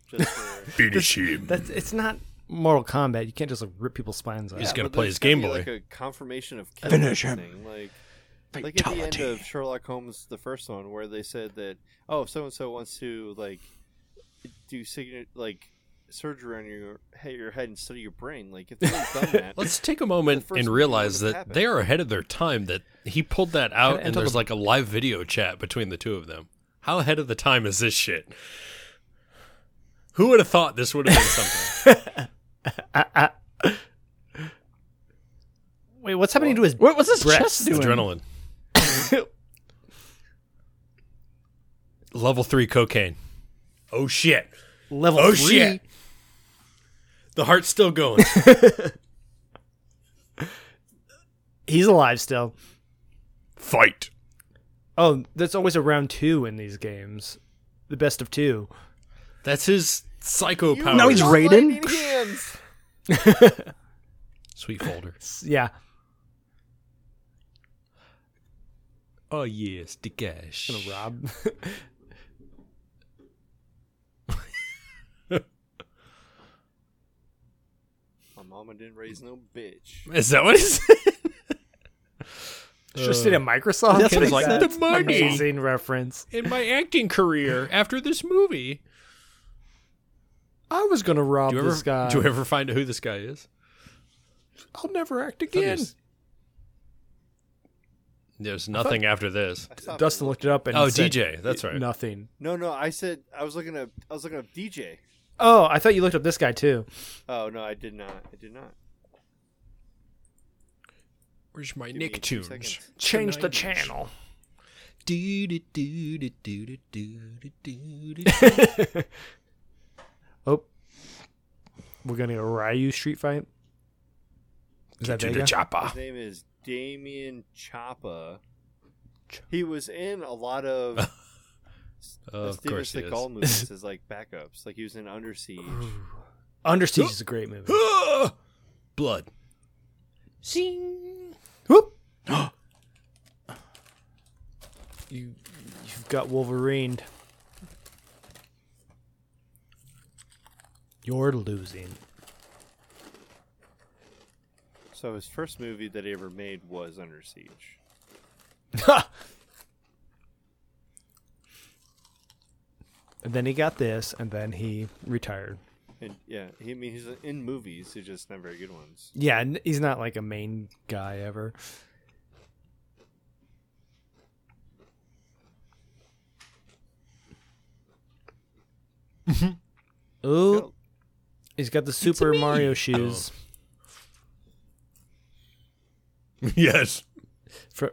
B: Just for,
D: Finish him.
C: That's, it's not Mortal Kombat. You can't just like, rip people's spines off.
D: He's
B: Yeah,
D: gonna
B: but
D: play
B: there's
D: his
B: gotta
D: Game
B: be,
D: Boy.
B: Like a confirmation of kill
E: Finish him.
B: thing, Like, like at the end
E: Fatality.
B: of Sherlock Holmes, the first one, where they said that oh, so and so wants to like do signa- like surgery on your head, your head instead of your brain. Like if they've done that,
D: Let's take a moment
B: The first
D: and
B: thing
D: realize
B: that
D: that
B: happened.
D: they are ahead of their time. That he pulled that out, and there's like a live video chat between the two of them. How ahead of the time is this shit? Who would have thought this would have been something?
C: Wait, what's happening to his
E: What, what's this
C: Breasts.
E: chest doing?
D: Adrenaline. Level three cocaine. Oh shit!
C: level
D: Oh
C: three?
D: shit! The heart's still going.
C: He's alive still.
D: Fight.
C: Oh, that's always a round two in these games. The best of two.
D: That's his psycho power.
E: Now he's Raiden.
D: sweet folder.
C: S- Yeah.
D: Oh yes, the cash.
C: Gonna rob.
B: my mama didn't raise no bitch.
D: Is that what he said?
C: Just did a Microsoft.
E: That's what he
C: Like,
E: said.
C: Uh, that's
D: The money.
C: Amazing reference.
D: In my acting career, after this movie,
C: I was gonna rob
D: do you,
C: this guy.
D: ever, do you ever find out who this guy is?
C: I'll never act
D: Again,
C: again.
D: There's nothing after this.
B: Stop
C: Dustin
B: it.
C: looked it up and
D: Oh,
C: he said
D: DJ, that's right.
C: Nothing.
B: No, no, I said I was looking up. I was looking up DJ.
C: Oh, I thought you looked up this guy too.
B: Oh no, I did not. I did not.
D: Where's my
B: Give me two seconds.
D: Nicktoons?
C: Change the channel. Oh, we're gonna get a Ryu street fight. Is that Vega?
D: chopper.
B: His name is Damien Chapa. He was in a lot of
D: of
B: Steven
D: course he is.
B: Seagal movies as like backups. Like he was in Under Siege.
C: Under Siege is a great movie.
D: Ah! Blood.
C: Whoop. you, you've got Wolverined. You're losing.
B: so his first movie that he ever made was Under Siege.
C: And then he got this, and then he retired.
B: And yeah, he, I mean he's in movies, he's just not very good ones.
C: Yeah, n- he's not like a main guy ever. oh, he's got the Super Mario shoes.
D: yes.
C: fr-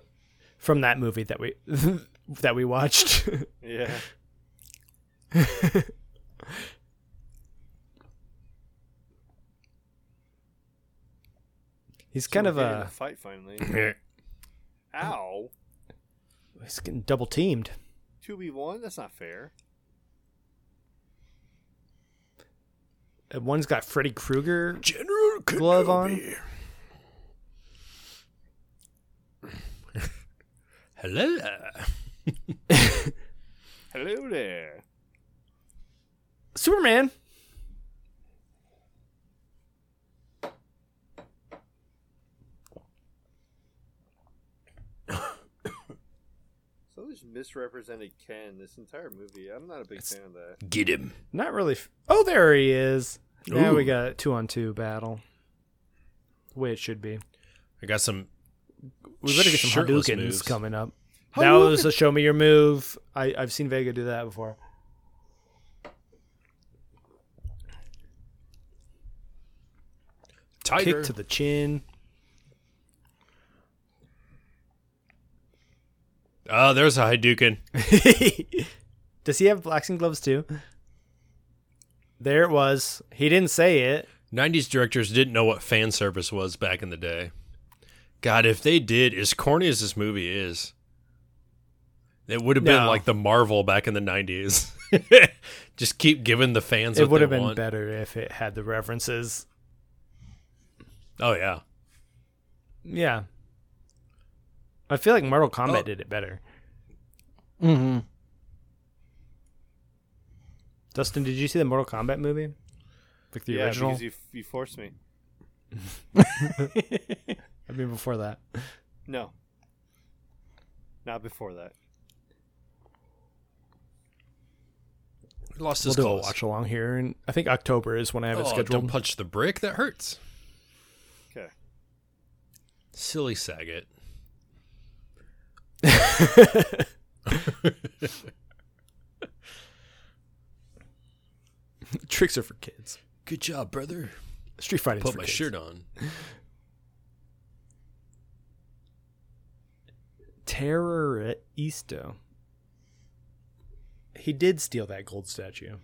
C: from that movie that we that we watched.
B: Yeah.
C: he's kind of
B: We're getting
C: a
B: a fight finally.
D: That's
B: Ow.
C: he's getting double teamed.
B: Two v one? That's not fair.
C: And Uh, One's got Freddy Krueger glove on.
D: Hello.
B: Hello there.
C: Superman.
B: always misrepresented Ken this entire movie. I'm not a big fan of that.
D: Get him.
C: Not really. F- oh, there he is. Now we
D: Ooh.
C: got a two on two battle. The way it should be.
D: I got some.
C: We better get some
D: Shirtless
C: Hadoukens
D: moves.
C: coming up. That was a show me your move. I, I've seen Vega do that before.
D: Tiger.
C: Kick to the chin.
D: Oh, there's a Hadouken.
C: Does he have boxing gloves too? There it was. He didn't say it.
D: 90s directors didn't know what fan service was back in the day. God, if they did, as corny as this movie is, it would have been
C: No.
D: like the Marvel back in the 90s. Just keep giving the fans
C: it
D: what
C: would
D: they
C: have been
D: want.
C: better if it had the references.
D: Oh, yeah.
C: Yeah. I feel like Mortal Kombat
D: Oh.
C: did it better.
E: Mm-hmm.
C: Dustin, did you see the Mortal Kombat movie? Like the
B: yeah,
C: original?
B: because you, you forced me.
C: I mean, before that.
B: No, not before that.
D: We lost
C: We'll
D: his
C: do a
D: claws.
C: watch along here, and I think October is when I have it
D: Oh,
C: scheduled.
D: Don't punch the brick. That hurts.
B: Okay.
D: Silly Saget.
C: Tricks are for kids.
D: Good job, brother.
C: Street fighting.
D: Put
C: for
D: my
C: kids.
D: shirt on.
C: Terroristo. He did steal that gold statue.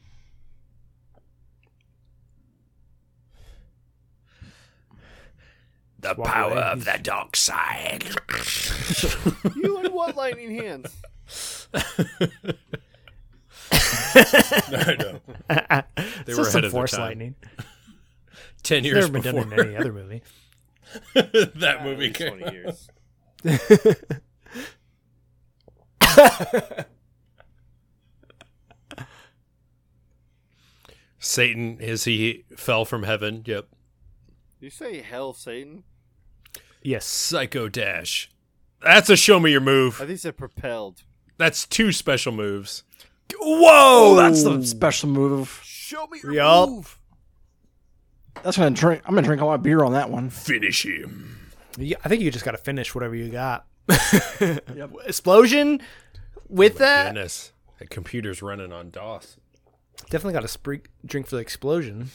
D: The
C: walk power away. of
D: the dark side.
B: You and what lightning hands?
D: I know.
C: They
D: were ahead of their time.
C: lightning.
D: Ten
C: It's
D: years
C: never been
D: before
C: done in any other movie.
D: that
B: At
D: movie
B: least
D: came.
B: twenty years.
D: Satan is he fell from heaven. Yep.
B: You say hell, Satan?
C: Yes.
D: Psycho dash. That's a show me your
B: I
D: move.
B: think said propelled.
D: That's two special moves.
E: Oh, that's the special move.
B: Show me your
C: Yup.
B: move.
E: That's gonna drink. I'm gonna drink a lot of beer on that one.
D: Finish him.
C: Yeah, I think you just got to finish whatever you got. Explosion with
D: Uh,
C: that.
D: Goodness. That computer's running on DOS.
C: Definitely got a spree- drink for the explosion.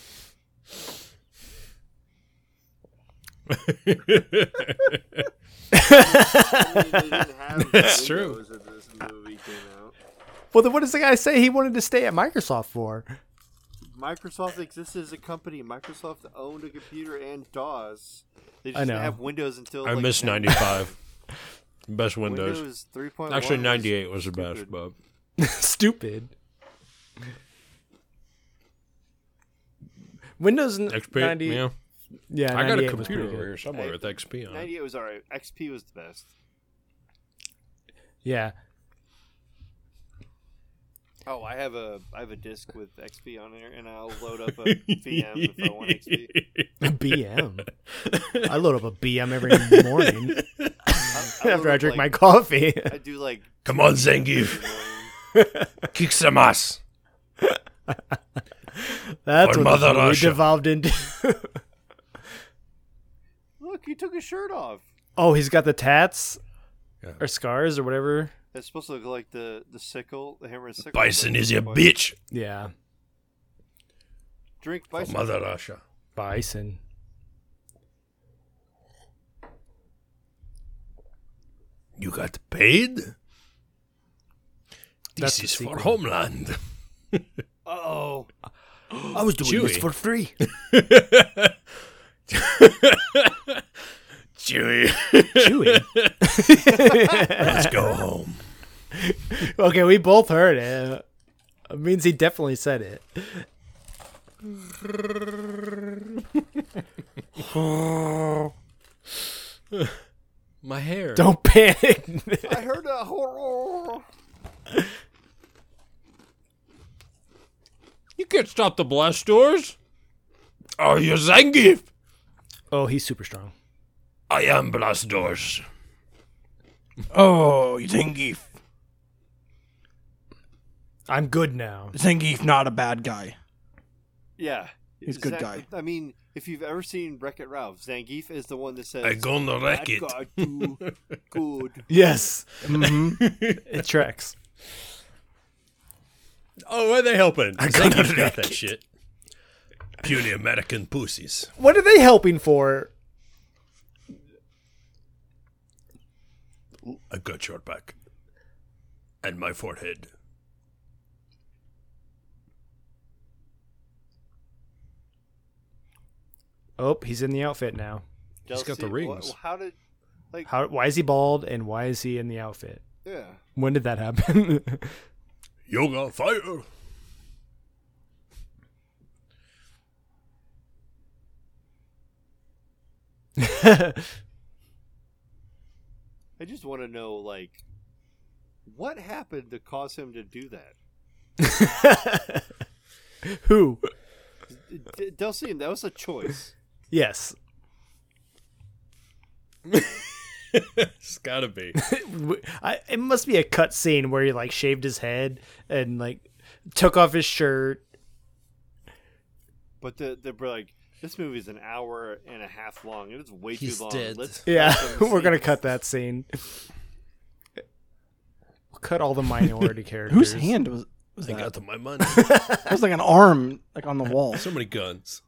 D: That's true. Windows
C: Well, then what does the guy say he wanted to stay at Microsoft for?
B: Microsoft existed as a company. Microsoft owned a computer and DOS. They just
C: I know.
B: didn't have Windows until
D: I
B: like,
D: missed
B: now.
D: ninety five. Best Windows.
B: Windows 3.1.
D: Actually
B: was-
D: ninety eight was the best,
B: stupid.
D: but
C: Stupid. Windows n-
D: XP
C: 90.
D: yeah.
C: Yeah,
D: I got a
C: 98 was
D: computer
C: pretty
D: over
C: good.
D: here somewhere with XP on. it.
B: 98 was alright. XP was the best.
C: Yeah.
B: Oh, I have a I have a disc with XP on there, and I'll load up a VM if I want XP.
C: BM. I load up a BM every morning
B: I
C: after
B: load
C: I
B: up,
C: drink my
B: like,
C: coffee.
B: I do like
D: Come on, Zangief. Kick some ass.
C: That's
D: Or
C: what
D: Mother
C: the movie
D: Russia.
C: devolved into.
B: look, he took his shirt off.
C: oh, he's got the tats
D: Yeah.
C: or scars or whatever.
B: It's supposed to look like the the sickle, the hammer and sickle.
D: Bison
B: but-
D: is a bitch.
C: Yeah,
B: Drink bison.
D: Mother Russia.
C: bison.
D: You got paid?
C: That's the
D: this is for
C: sequel.
D: Homeland.
B: Oh,
D: I was doing Chewy. this for
C: free.
D: Chewy.
C: Chewy.
D: Let's go home.
C: Okay, we both heard it. It means he definitely said it.
D: My hair.
C: Don't panic.
B: I heard a horror.
D: You can't stop the blast doors. Are you Zangief?
C: oh, he's super strong.
D: I am blast doors.
E: Oh, you Zangief.
C: I'm good now.
E: Zangief not a bad guy.
B: Yeah.
E: He's a good guy.
B: I mean, if you've ever seen Wreck It Ralph, Zangief is the one that says,
D: I gonna wreck it.
G: God, do good.
C: Yes,
E: Mhm.
C: it tracks.
D: Oh, why are they helping? I Zangief got that shit. Puny American pussies.
C: What are they helping for?
D: I got your back. And my forehead.
C: Oh, he's in the outfit now.
D: He's got the
B: "Delcy, wh-
D: rings."
B: how did?
C: How? Why is he bald? And why is he in the outfit?
B: Yeah.
C: When did that happen?
D: Yoga fire.
B: I just want to know, like, what happened to cause him to do that?
C: Who?
B: D- Delcine, that was a choice.
C: Yes.
D: It's gotta be.
C: W- I, it must be a cut scene where he like shaved his head and like took off his shirt.
B: But the, the like, this movie is an hour and a half long, and it's way
D: He's
B: too long.
D: dead.
B: Let's
C: Yeah,
B: cut some
C: we're gonna
B: scenes.
C: cut that scene. We'll cut all the minority characters.
E: Whose hand was was
D: I
E: that?
D: got to my money.
E: It was like an arm, like on the wall.
D: So many guns.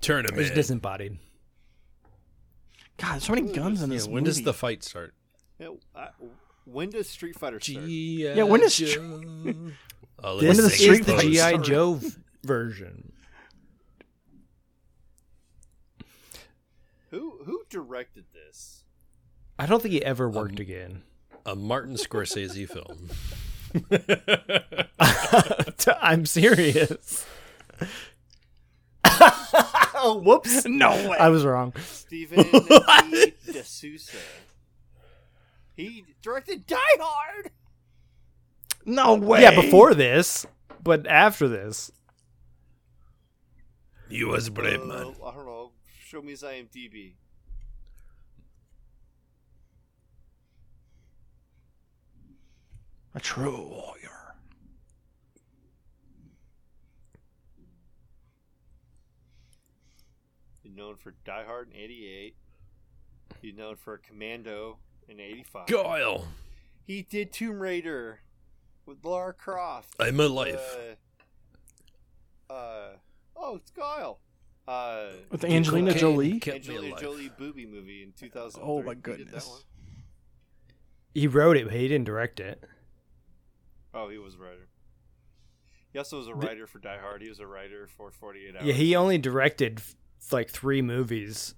D: Turn him
C: He's
D: in.
C: disembodied.
E: God, there's so many guns in
D: Yeah,
E: this
D: when does
E: movie.
D: the fight start?
B: Yeah, I- when does Street Fighter start?
E: Yeah, when does-
D: Oh,
E: When does the
D: let's
E: street
D: sing
E: fight
D: those.
C: GI
E: start?
C: Joe v- version.
B: Who who directed this?
C: I don't think he ever worked again.
D: A Martin Scorsese film.
C: I'm serious. Whoops.
E: No way.
C: I was wrong.
B: Steven E. D'Souza. He directed Die Hard.
E: no way.
C: Yeah, before this, but after this.
D: You was brave,
B: Uh,
D: man.
B: I don't know. Show me his IMDb.
E: a true warrior.
B: He's known for Die Hard in '88. He's known for Commando in '85.
D: Guile.
B: He did Tomb Raider with Lara Croft.
D: I'm alive.
B: Uh, uh, oh, it's Guile. Uh,
E: With Angelina
D: Cocaine
E: Jolie.
D: kept me
B: Angelina
D: alive.
B: Jolie booby movie in 2000.
E: Oh my goodness.
C: He wrote it, but he didn't direct it.
B: Oh, he was a writer. He also was a writer for Die Hard. He was a writer for 48 Hours.
C: Yeah, he only directed f- like three movies.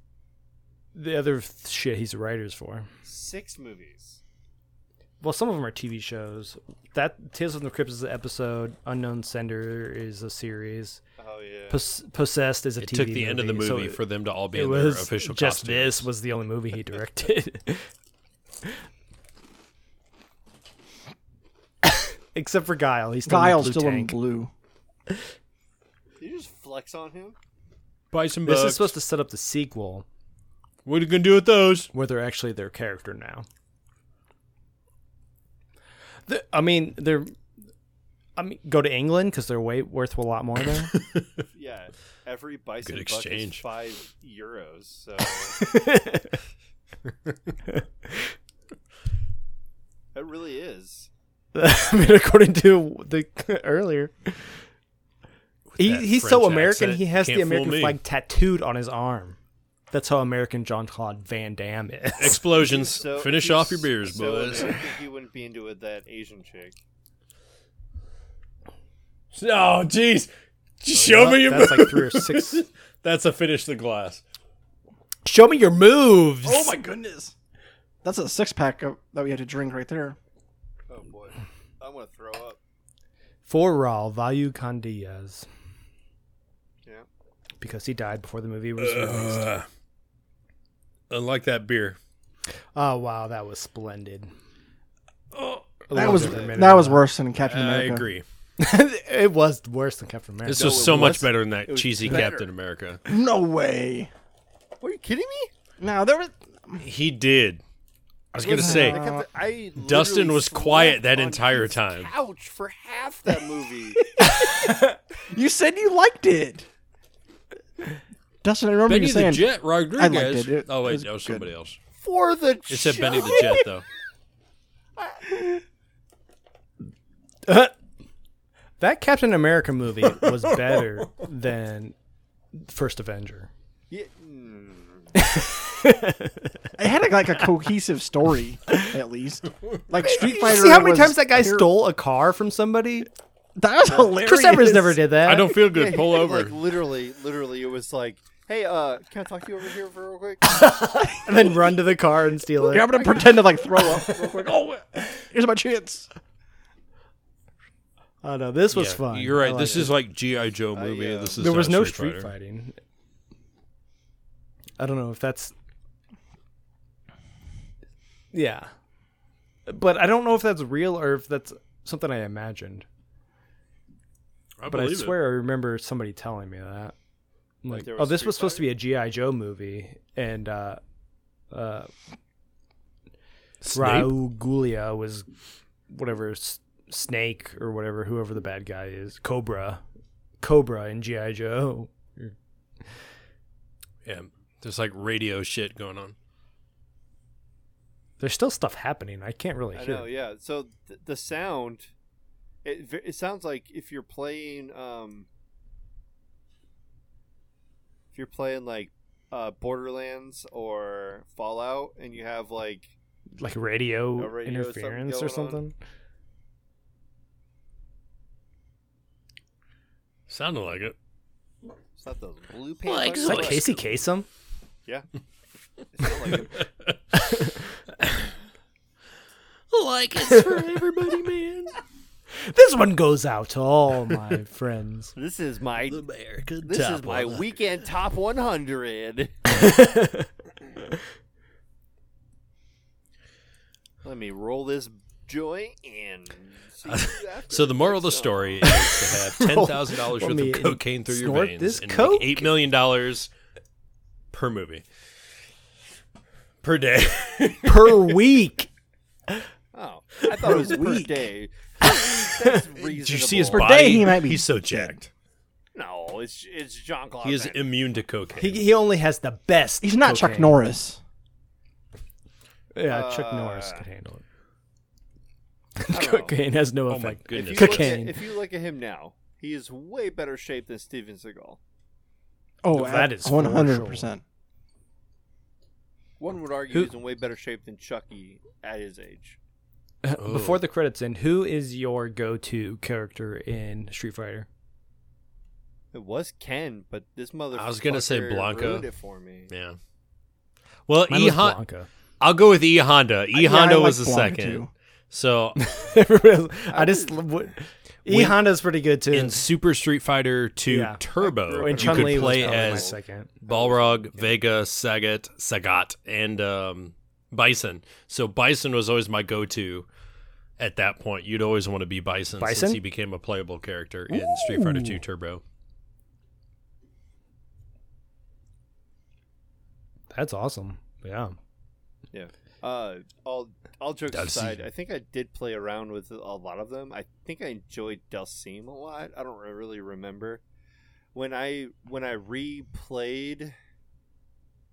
C: The other th- shit he's writers for.
B: six movies.
C: Well, some of them are TV shows. That Tales from the Crypt is an episode. Unknown Sender is a series.
B: Oh yeah.
C: Pos- Possessed is a
D: It
C: TV
D: took the end of the movie
C: so
D: for them to all be
C: it
D: in their
C: was
D: official
C: just
D: costumes.
C: this was the only movie he directed. Except for Guile, he's still
E: Guile's
C: in the blue
E: still in
C: tank.
E: blue.
B: Did you just flex on him?
D: Buy some
C: This
D: bucks.
C: is supposed to set up the sequel
D: What are you gonna do with those?
C: where they're actually their character now. The, I mean, they're. I mean, go to England because they're way worth a lot more there.
B: Yeah. Every bison
D: Good
B: buck is
D: exchange.
B: five euros. So it really is.
C: I mean, according to the earlier, he,
D: that
C: he's so
D: French
C: American.
D: accent,
C: He has the
D: can't fool
C: American
D: me.
C: flag tattooed on his arm. That's how American John Claude Van Damme is.
D: Explosions.
B: So
D: Finish
B: he's
D: off your beers,
B: so
D: boys.
B: American, He wouldn't be into it, that Asian chick.
D: No, jeez. Just
B: Oh,
D: Show me your.
C: That's like three or six.
D: That's a finish the glass.
C: Show me your moves.
E: Oh my goodness. That's a six pack of, that we had to drink right there.
B: Oh boy, I'm gonna throw up.
C: For Raul Vayu Candias,
B: Yeah.
C: because he died before the movie was released.
B: Uh,
D: Ugh. unlike that beer.
C: Oh wow, that was splendid.
D: Oh,
E: That was
C: Elizabeth Minute.
E: that was worse than Captain
D: I
E: America.
D: agree.
C: it was worse than Captain America.
D: This
B: No,
D: was
B: it
D: so much
B: was-
D: better than that
B: was
D: cheesy
B: better.
D: Captain America.
E: No way.
B: Are you kidding me?
E: Now there was
D: He did. I was gonna say,
G: I kept- I
D: Dustin
G: literally
D: was quiet
G: slept
D: that
G: on
D: entire
G: his
D: time.
G: Couch for half that movie.
E: You said you liked it. Dustin, I remember
D: Benny
E: you
D: the
E: saying
D: Jet Rodriguez.
E: it. It
D: oh wait,
E: was
D: that was
E: good.
D: somebody else.
G: for the
D: It said Benny the Jet though.
C: That Captain America movie was better than First Avenger.
E: it had like a cohesive story, at least. Like Street Fighter.
C: See how many
E: was
C: times that guy
E: ter-
C: stole a car from somebody?
E: That was hilarious.
C: Chris Evans never did that.
D: I don't feel good. Pull
B: Like
D: over.
B: literally, literally, it was like,
G: Hey, uh, can I talk to you over here for real quick?
C: And then run to the car and steal it.
E: Yeah, I'm gonna pretend to like throw up real quick. Oh, here's my chance.
C: Oh no, this was
D: Yeah,
C: fun.
D: You're
C: I
D: right.
C: liked
D: This
C: it. Uh,
D: is like GI Joe movie.
B: yeah.
D: This is
C: there was
D: not
C: no
D: Street
C: street
D: Fighter.
C: fighting. I don't know if that's yeah, but I don't know if that's real or if that's something I imagined. But I
D: believe it.
C: swear I remember somebody telling me that. I'm Like,
B: there
C: oh,
B: was
C: this
B: Street
C: was supposed to be a GI Joe movie, and uh, uh, Raul Gulia was whatever S- Snake or whatever, whoever the bad guy is, Cobra, Cobra in GI Joe.
D: Yeah, there's like radio shit going on.
C: There's still stuff happening. I can't really
B: I
C: hear.
B: know, yeah. So th- the sound, it v- it sounds like if you're playing, um, if you're playing like uh, Borderlands or Fallout, and you have like
C: like radio,
B: A radio
C: interference or
B: something
C: something.
D: Sounded like it.
B: it's not those blue
H: Like
B: pants.
C: Is that Casey Kasem?
B: Yeah. It's not like it.
H: Like it's for everybody, man.
C: This one goes out to all my friends.
B: This is my
D: American
B: this is my weekend top 100. Let me roll this joy in. See you after
D: So the moral of the
B: this song.
D: story is to have ten thousand dollars
C: Let
D: worth
C: me
D: of cocaine through your
C: snort
D: veins
C: this
D: and make
C: coke.
D: eight million dollars per movie per day.
C: per week.
B: Oh, I thought it was per day. That's reasonable.
D: Did you see his
E: Per
D: body?
E: day, he might be
D: He's so jacked.
B: No, it's it's Jean Claude.
D: He is immune to cocaine.
C: He, he only has the best.
E: He's not Chuck
C: cocaine.
E: Norris.
C: Yeah, Chuck
B: Uh,
C: Norris could handle it. cocaine has no
D: oh my
C: effect.
D: goodness!
C: Cook-
B: Look
C: Cocaine.
B: at, if you look at him now, he is way better shape than Steven Seagal.
E: Oh,
C: That
E: that
C: is
E: is
C: for sure.
E: one hundred percent.
B: One would argue
C: Who-
B: he's in way better shape than Chucky at his age.
D: Oh.
C: Uh, Before the credits end, who is your go-to character in Street Fighter?
B: It was Ken, but this motherfucker.
D: I was gonna say Blanco.
B: ruined it for me.
D: yeah. Well,
C: Mine
D: E
C: was
D: Hon-
C: Blanca.
D: I'll go with E Honda. E Honda was the second. So
C: I just w- E
D: When-
C: Honda's pretty good too.
D: in Super Street Fighter 2
C: Yeah.
D: Turbo, you
C: and
D: could
C: Chun Li was
D: play
C: probably my
D: as
C: second.
D: Balrog, Vega, Sagat, Sagat, and um, Bison. So Bison was always my go-to at that point. You'd always want to be Bison,
C: Bison?
D: since he became a playable character in Street Fighter 2 Turbo.
C: That's awesome. Yeah.
B: Yeah. Uh, all all jokes
D: Dalsim.
B: aside, I think I did play around with a lot of them. I think I enjoyed Dalsim a lot. I don't really remember when I when I replayed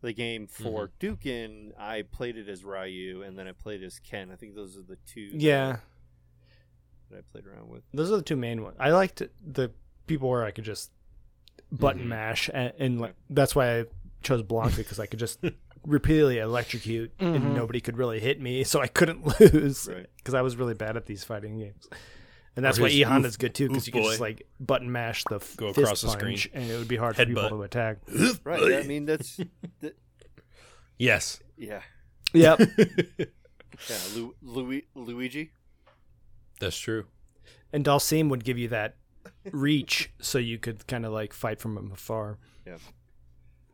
B: the game for
D: Mm-hmm.
B: Dukin. I played it as Ryu, and then I played as Ken. I think those are the two.
C: Yeah.
B: that I played around with.
C: those are the two main ones. I liked the people where I could just button
D: Mm-hmm.
C: mash, and, and like, that's why I chose Blanca because I could just repeatedly electrocute,
D: Mm-hmm.
C: and nobody could really hit me, so I couldn't lose because
B: Right.
C: I was really bad at these fighting games. And that's
D: Or
C: why
D: his
C: E Honda's good too
D: oof
C: because you could just
D: boy.
C: like button mash the
D: Go
C: fist
D: across the
C: punch,
D: screen.
C: and it would be hard for
D: Headbutt.
C: people to attack.
B: Right. yeah, I mean, that's th-
D: Yes.
B: yeah.
C: yep,
B: Yeah. Lu- Lu- Luigi.
D: That's true.
C: and Dalsim would give you that reach, so you could kind of like fight from afar.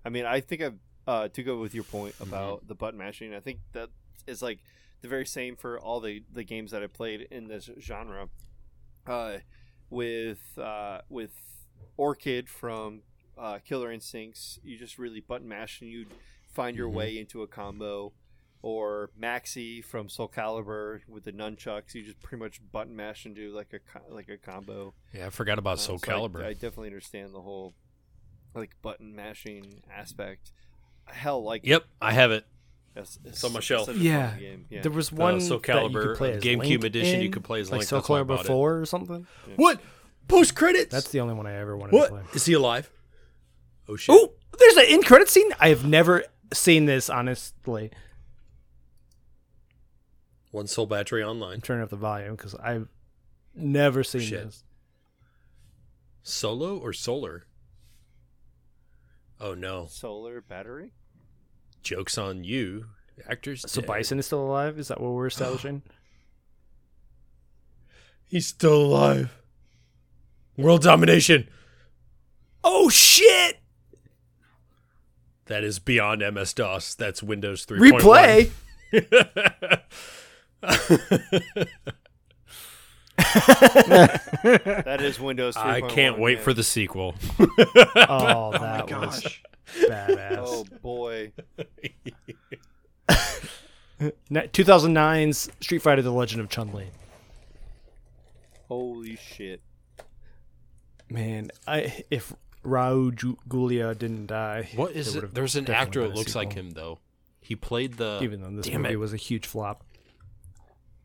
B: I mean, I think I've uh, to go with your point about the button mashing. I think that is like the very same for all the the games that I played in this genre. Uh, with uh, with Orchid from uh, Killer Instincts, you just really button mash and you find your way into a combo. or Maxi from Soul Calibur with the nunchucks. You just pretty much button mash and do like a co- like a combo.
D: Yeah, I forgot about Soul
B: Um, so I-
D: Calibur.
B: I, definitely understand the whole like button mashing aspect. Hell, like
D: yep, I have it.
B: that's- it's
D: on my
B: such-
D: shelf.
B: such a fun
C: Yeah.
B: game. yeah.
C: There was
D: The
C: one
D: Soul
C: that you
D: Calibur
C: could play as
D: GameCube
C: Link
D: edition, you
C: in,
D: could play as
C: like
D: Link,
C: Soul
D: that's why I
C: Calibur
D: bought it.
C: Four or something.
D: What? Post credits.
C: That's the only one I ever wanted to play.
D: what? Is he alive? Oh shit!
C: Oh, there's an end credit scene. I have never seen this. Honestly,
D: One soul battery online.
C: I'm turning up the volume because I've never seen
D: Shit.
C: this.
D: Solo or solar? Oh no!
B: solar battery.
D: Jokes on you, actors.
C: So
D: dead.
C: Bison is still alive? Is that what we're establishing?
D: He's still alive. World domination. Oh shit! That is beyond MS DOS. That's Windows 3.
C: Replay.
B: That is Windows.
D: I can't
B: 3.1,
D: wait
B: yeah.
D: for the sequel.
C: oh, that was
E: Gosh.
C: badass.
B: Oh boy,
C: Ne- 2009's Street Fighter: The Legend of Chun Li.
B: holy shit!
C: Man, I if Raul Ju- Julia didn't die,
D: What
C: there
D: is it?
C: would've
D: There's an
C: definitely
D: actor
C: been
D: that
C: a
D: looks like
C: sequel.
D: him though. He played the
C: Even though this
D: Damn
C: movie
D: it.
C: was a huge flop,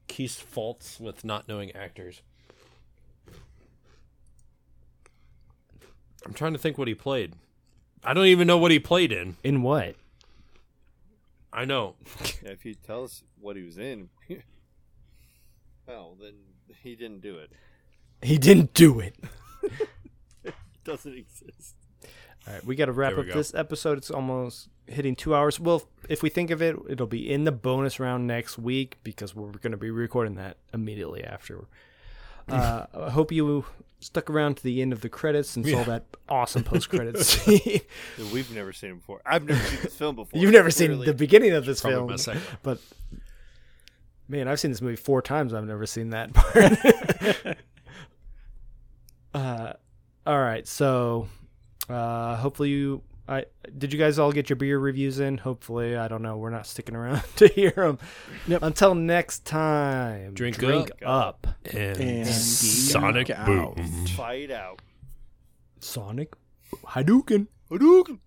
D: Keith's faults with not knowing actors. I'm trying to think what he played. I don't even know what he played in.
C: in what?
D: I know.
B: Yeah, if you tell us what he was in, well, then he didn't do it.
C: He didn't do it.
B: Doesn't exist.
C: All right, we got to wrap
D: There we
C: up
D: go.
C: this episode. It's almost hitting two hours. Well, if we think of it, it'll be in the bonus round next week because we're going to be recording that immediately after. Uh, I hope you stuck around to the end of the credits and saw that awesome post credits scene.
B: Dude, We've never seen him before. I've never seen this film before.
C: You've never seen
B: Clearly.
C: the beginning of this
D: probably
C: film,
D: my second.
C: but man, I've seen this movie four times. I've never seen that part. uh, all right, so uh, hopefully you. I, did you guys all get your beer reviews in? Hopefully, I don't know. We're not sticking around to hear them.
E: Yep.
C: Until next time,
D: Drink
C: up.
D: And,
E: And
D: Sonic
E: geek
D: Boom.
E: out.
B: fight out.
C: Sonic Hadouken.
B: Hadouken!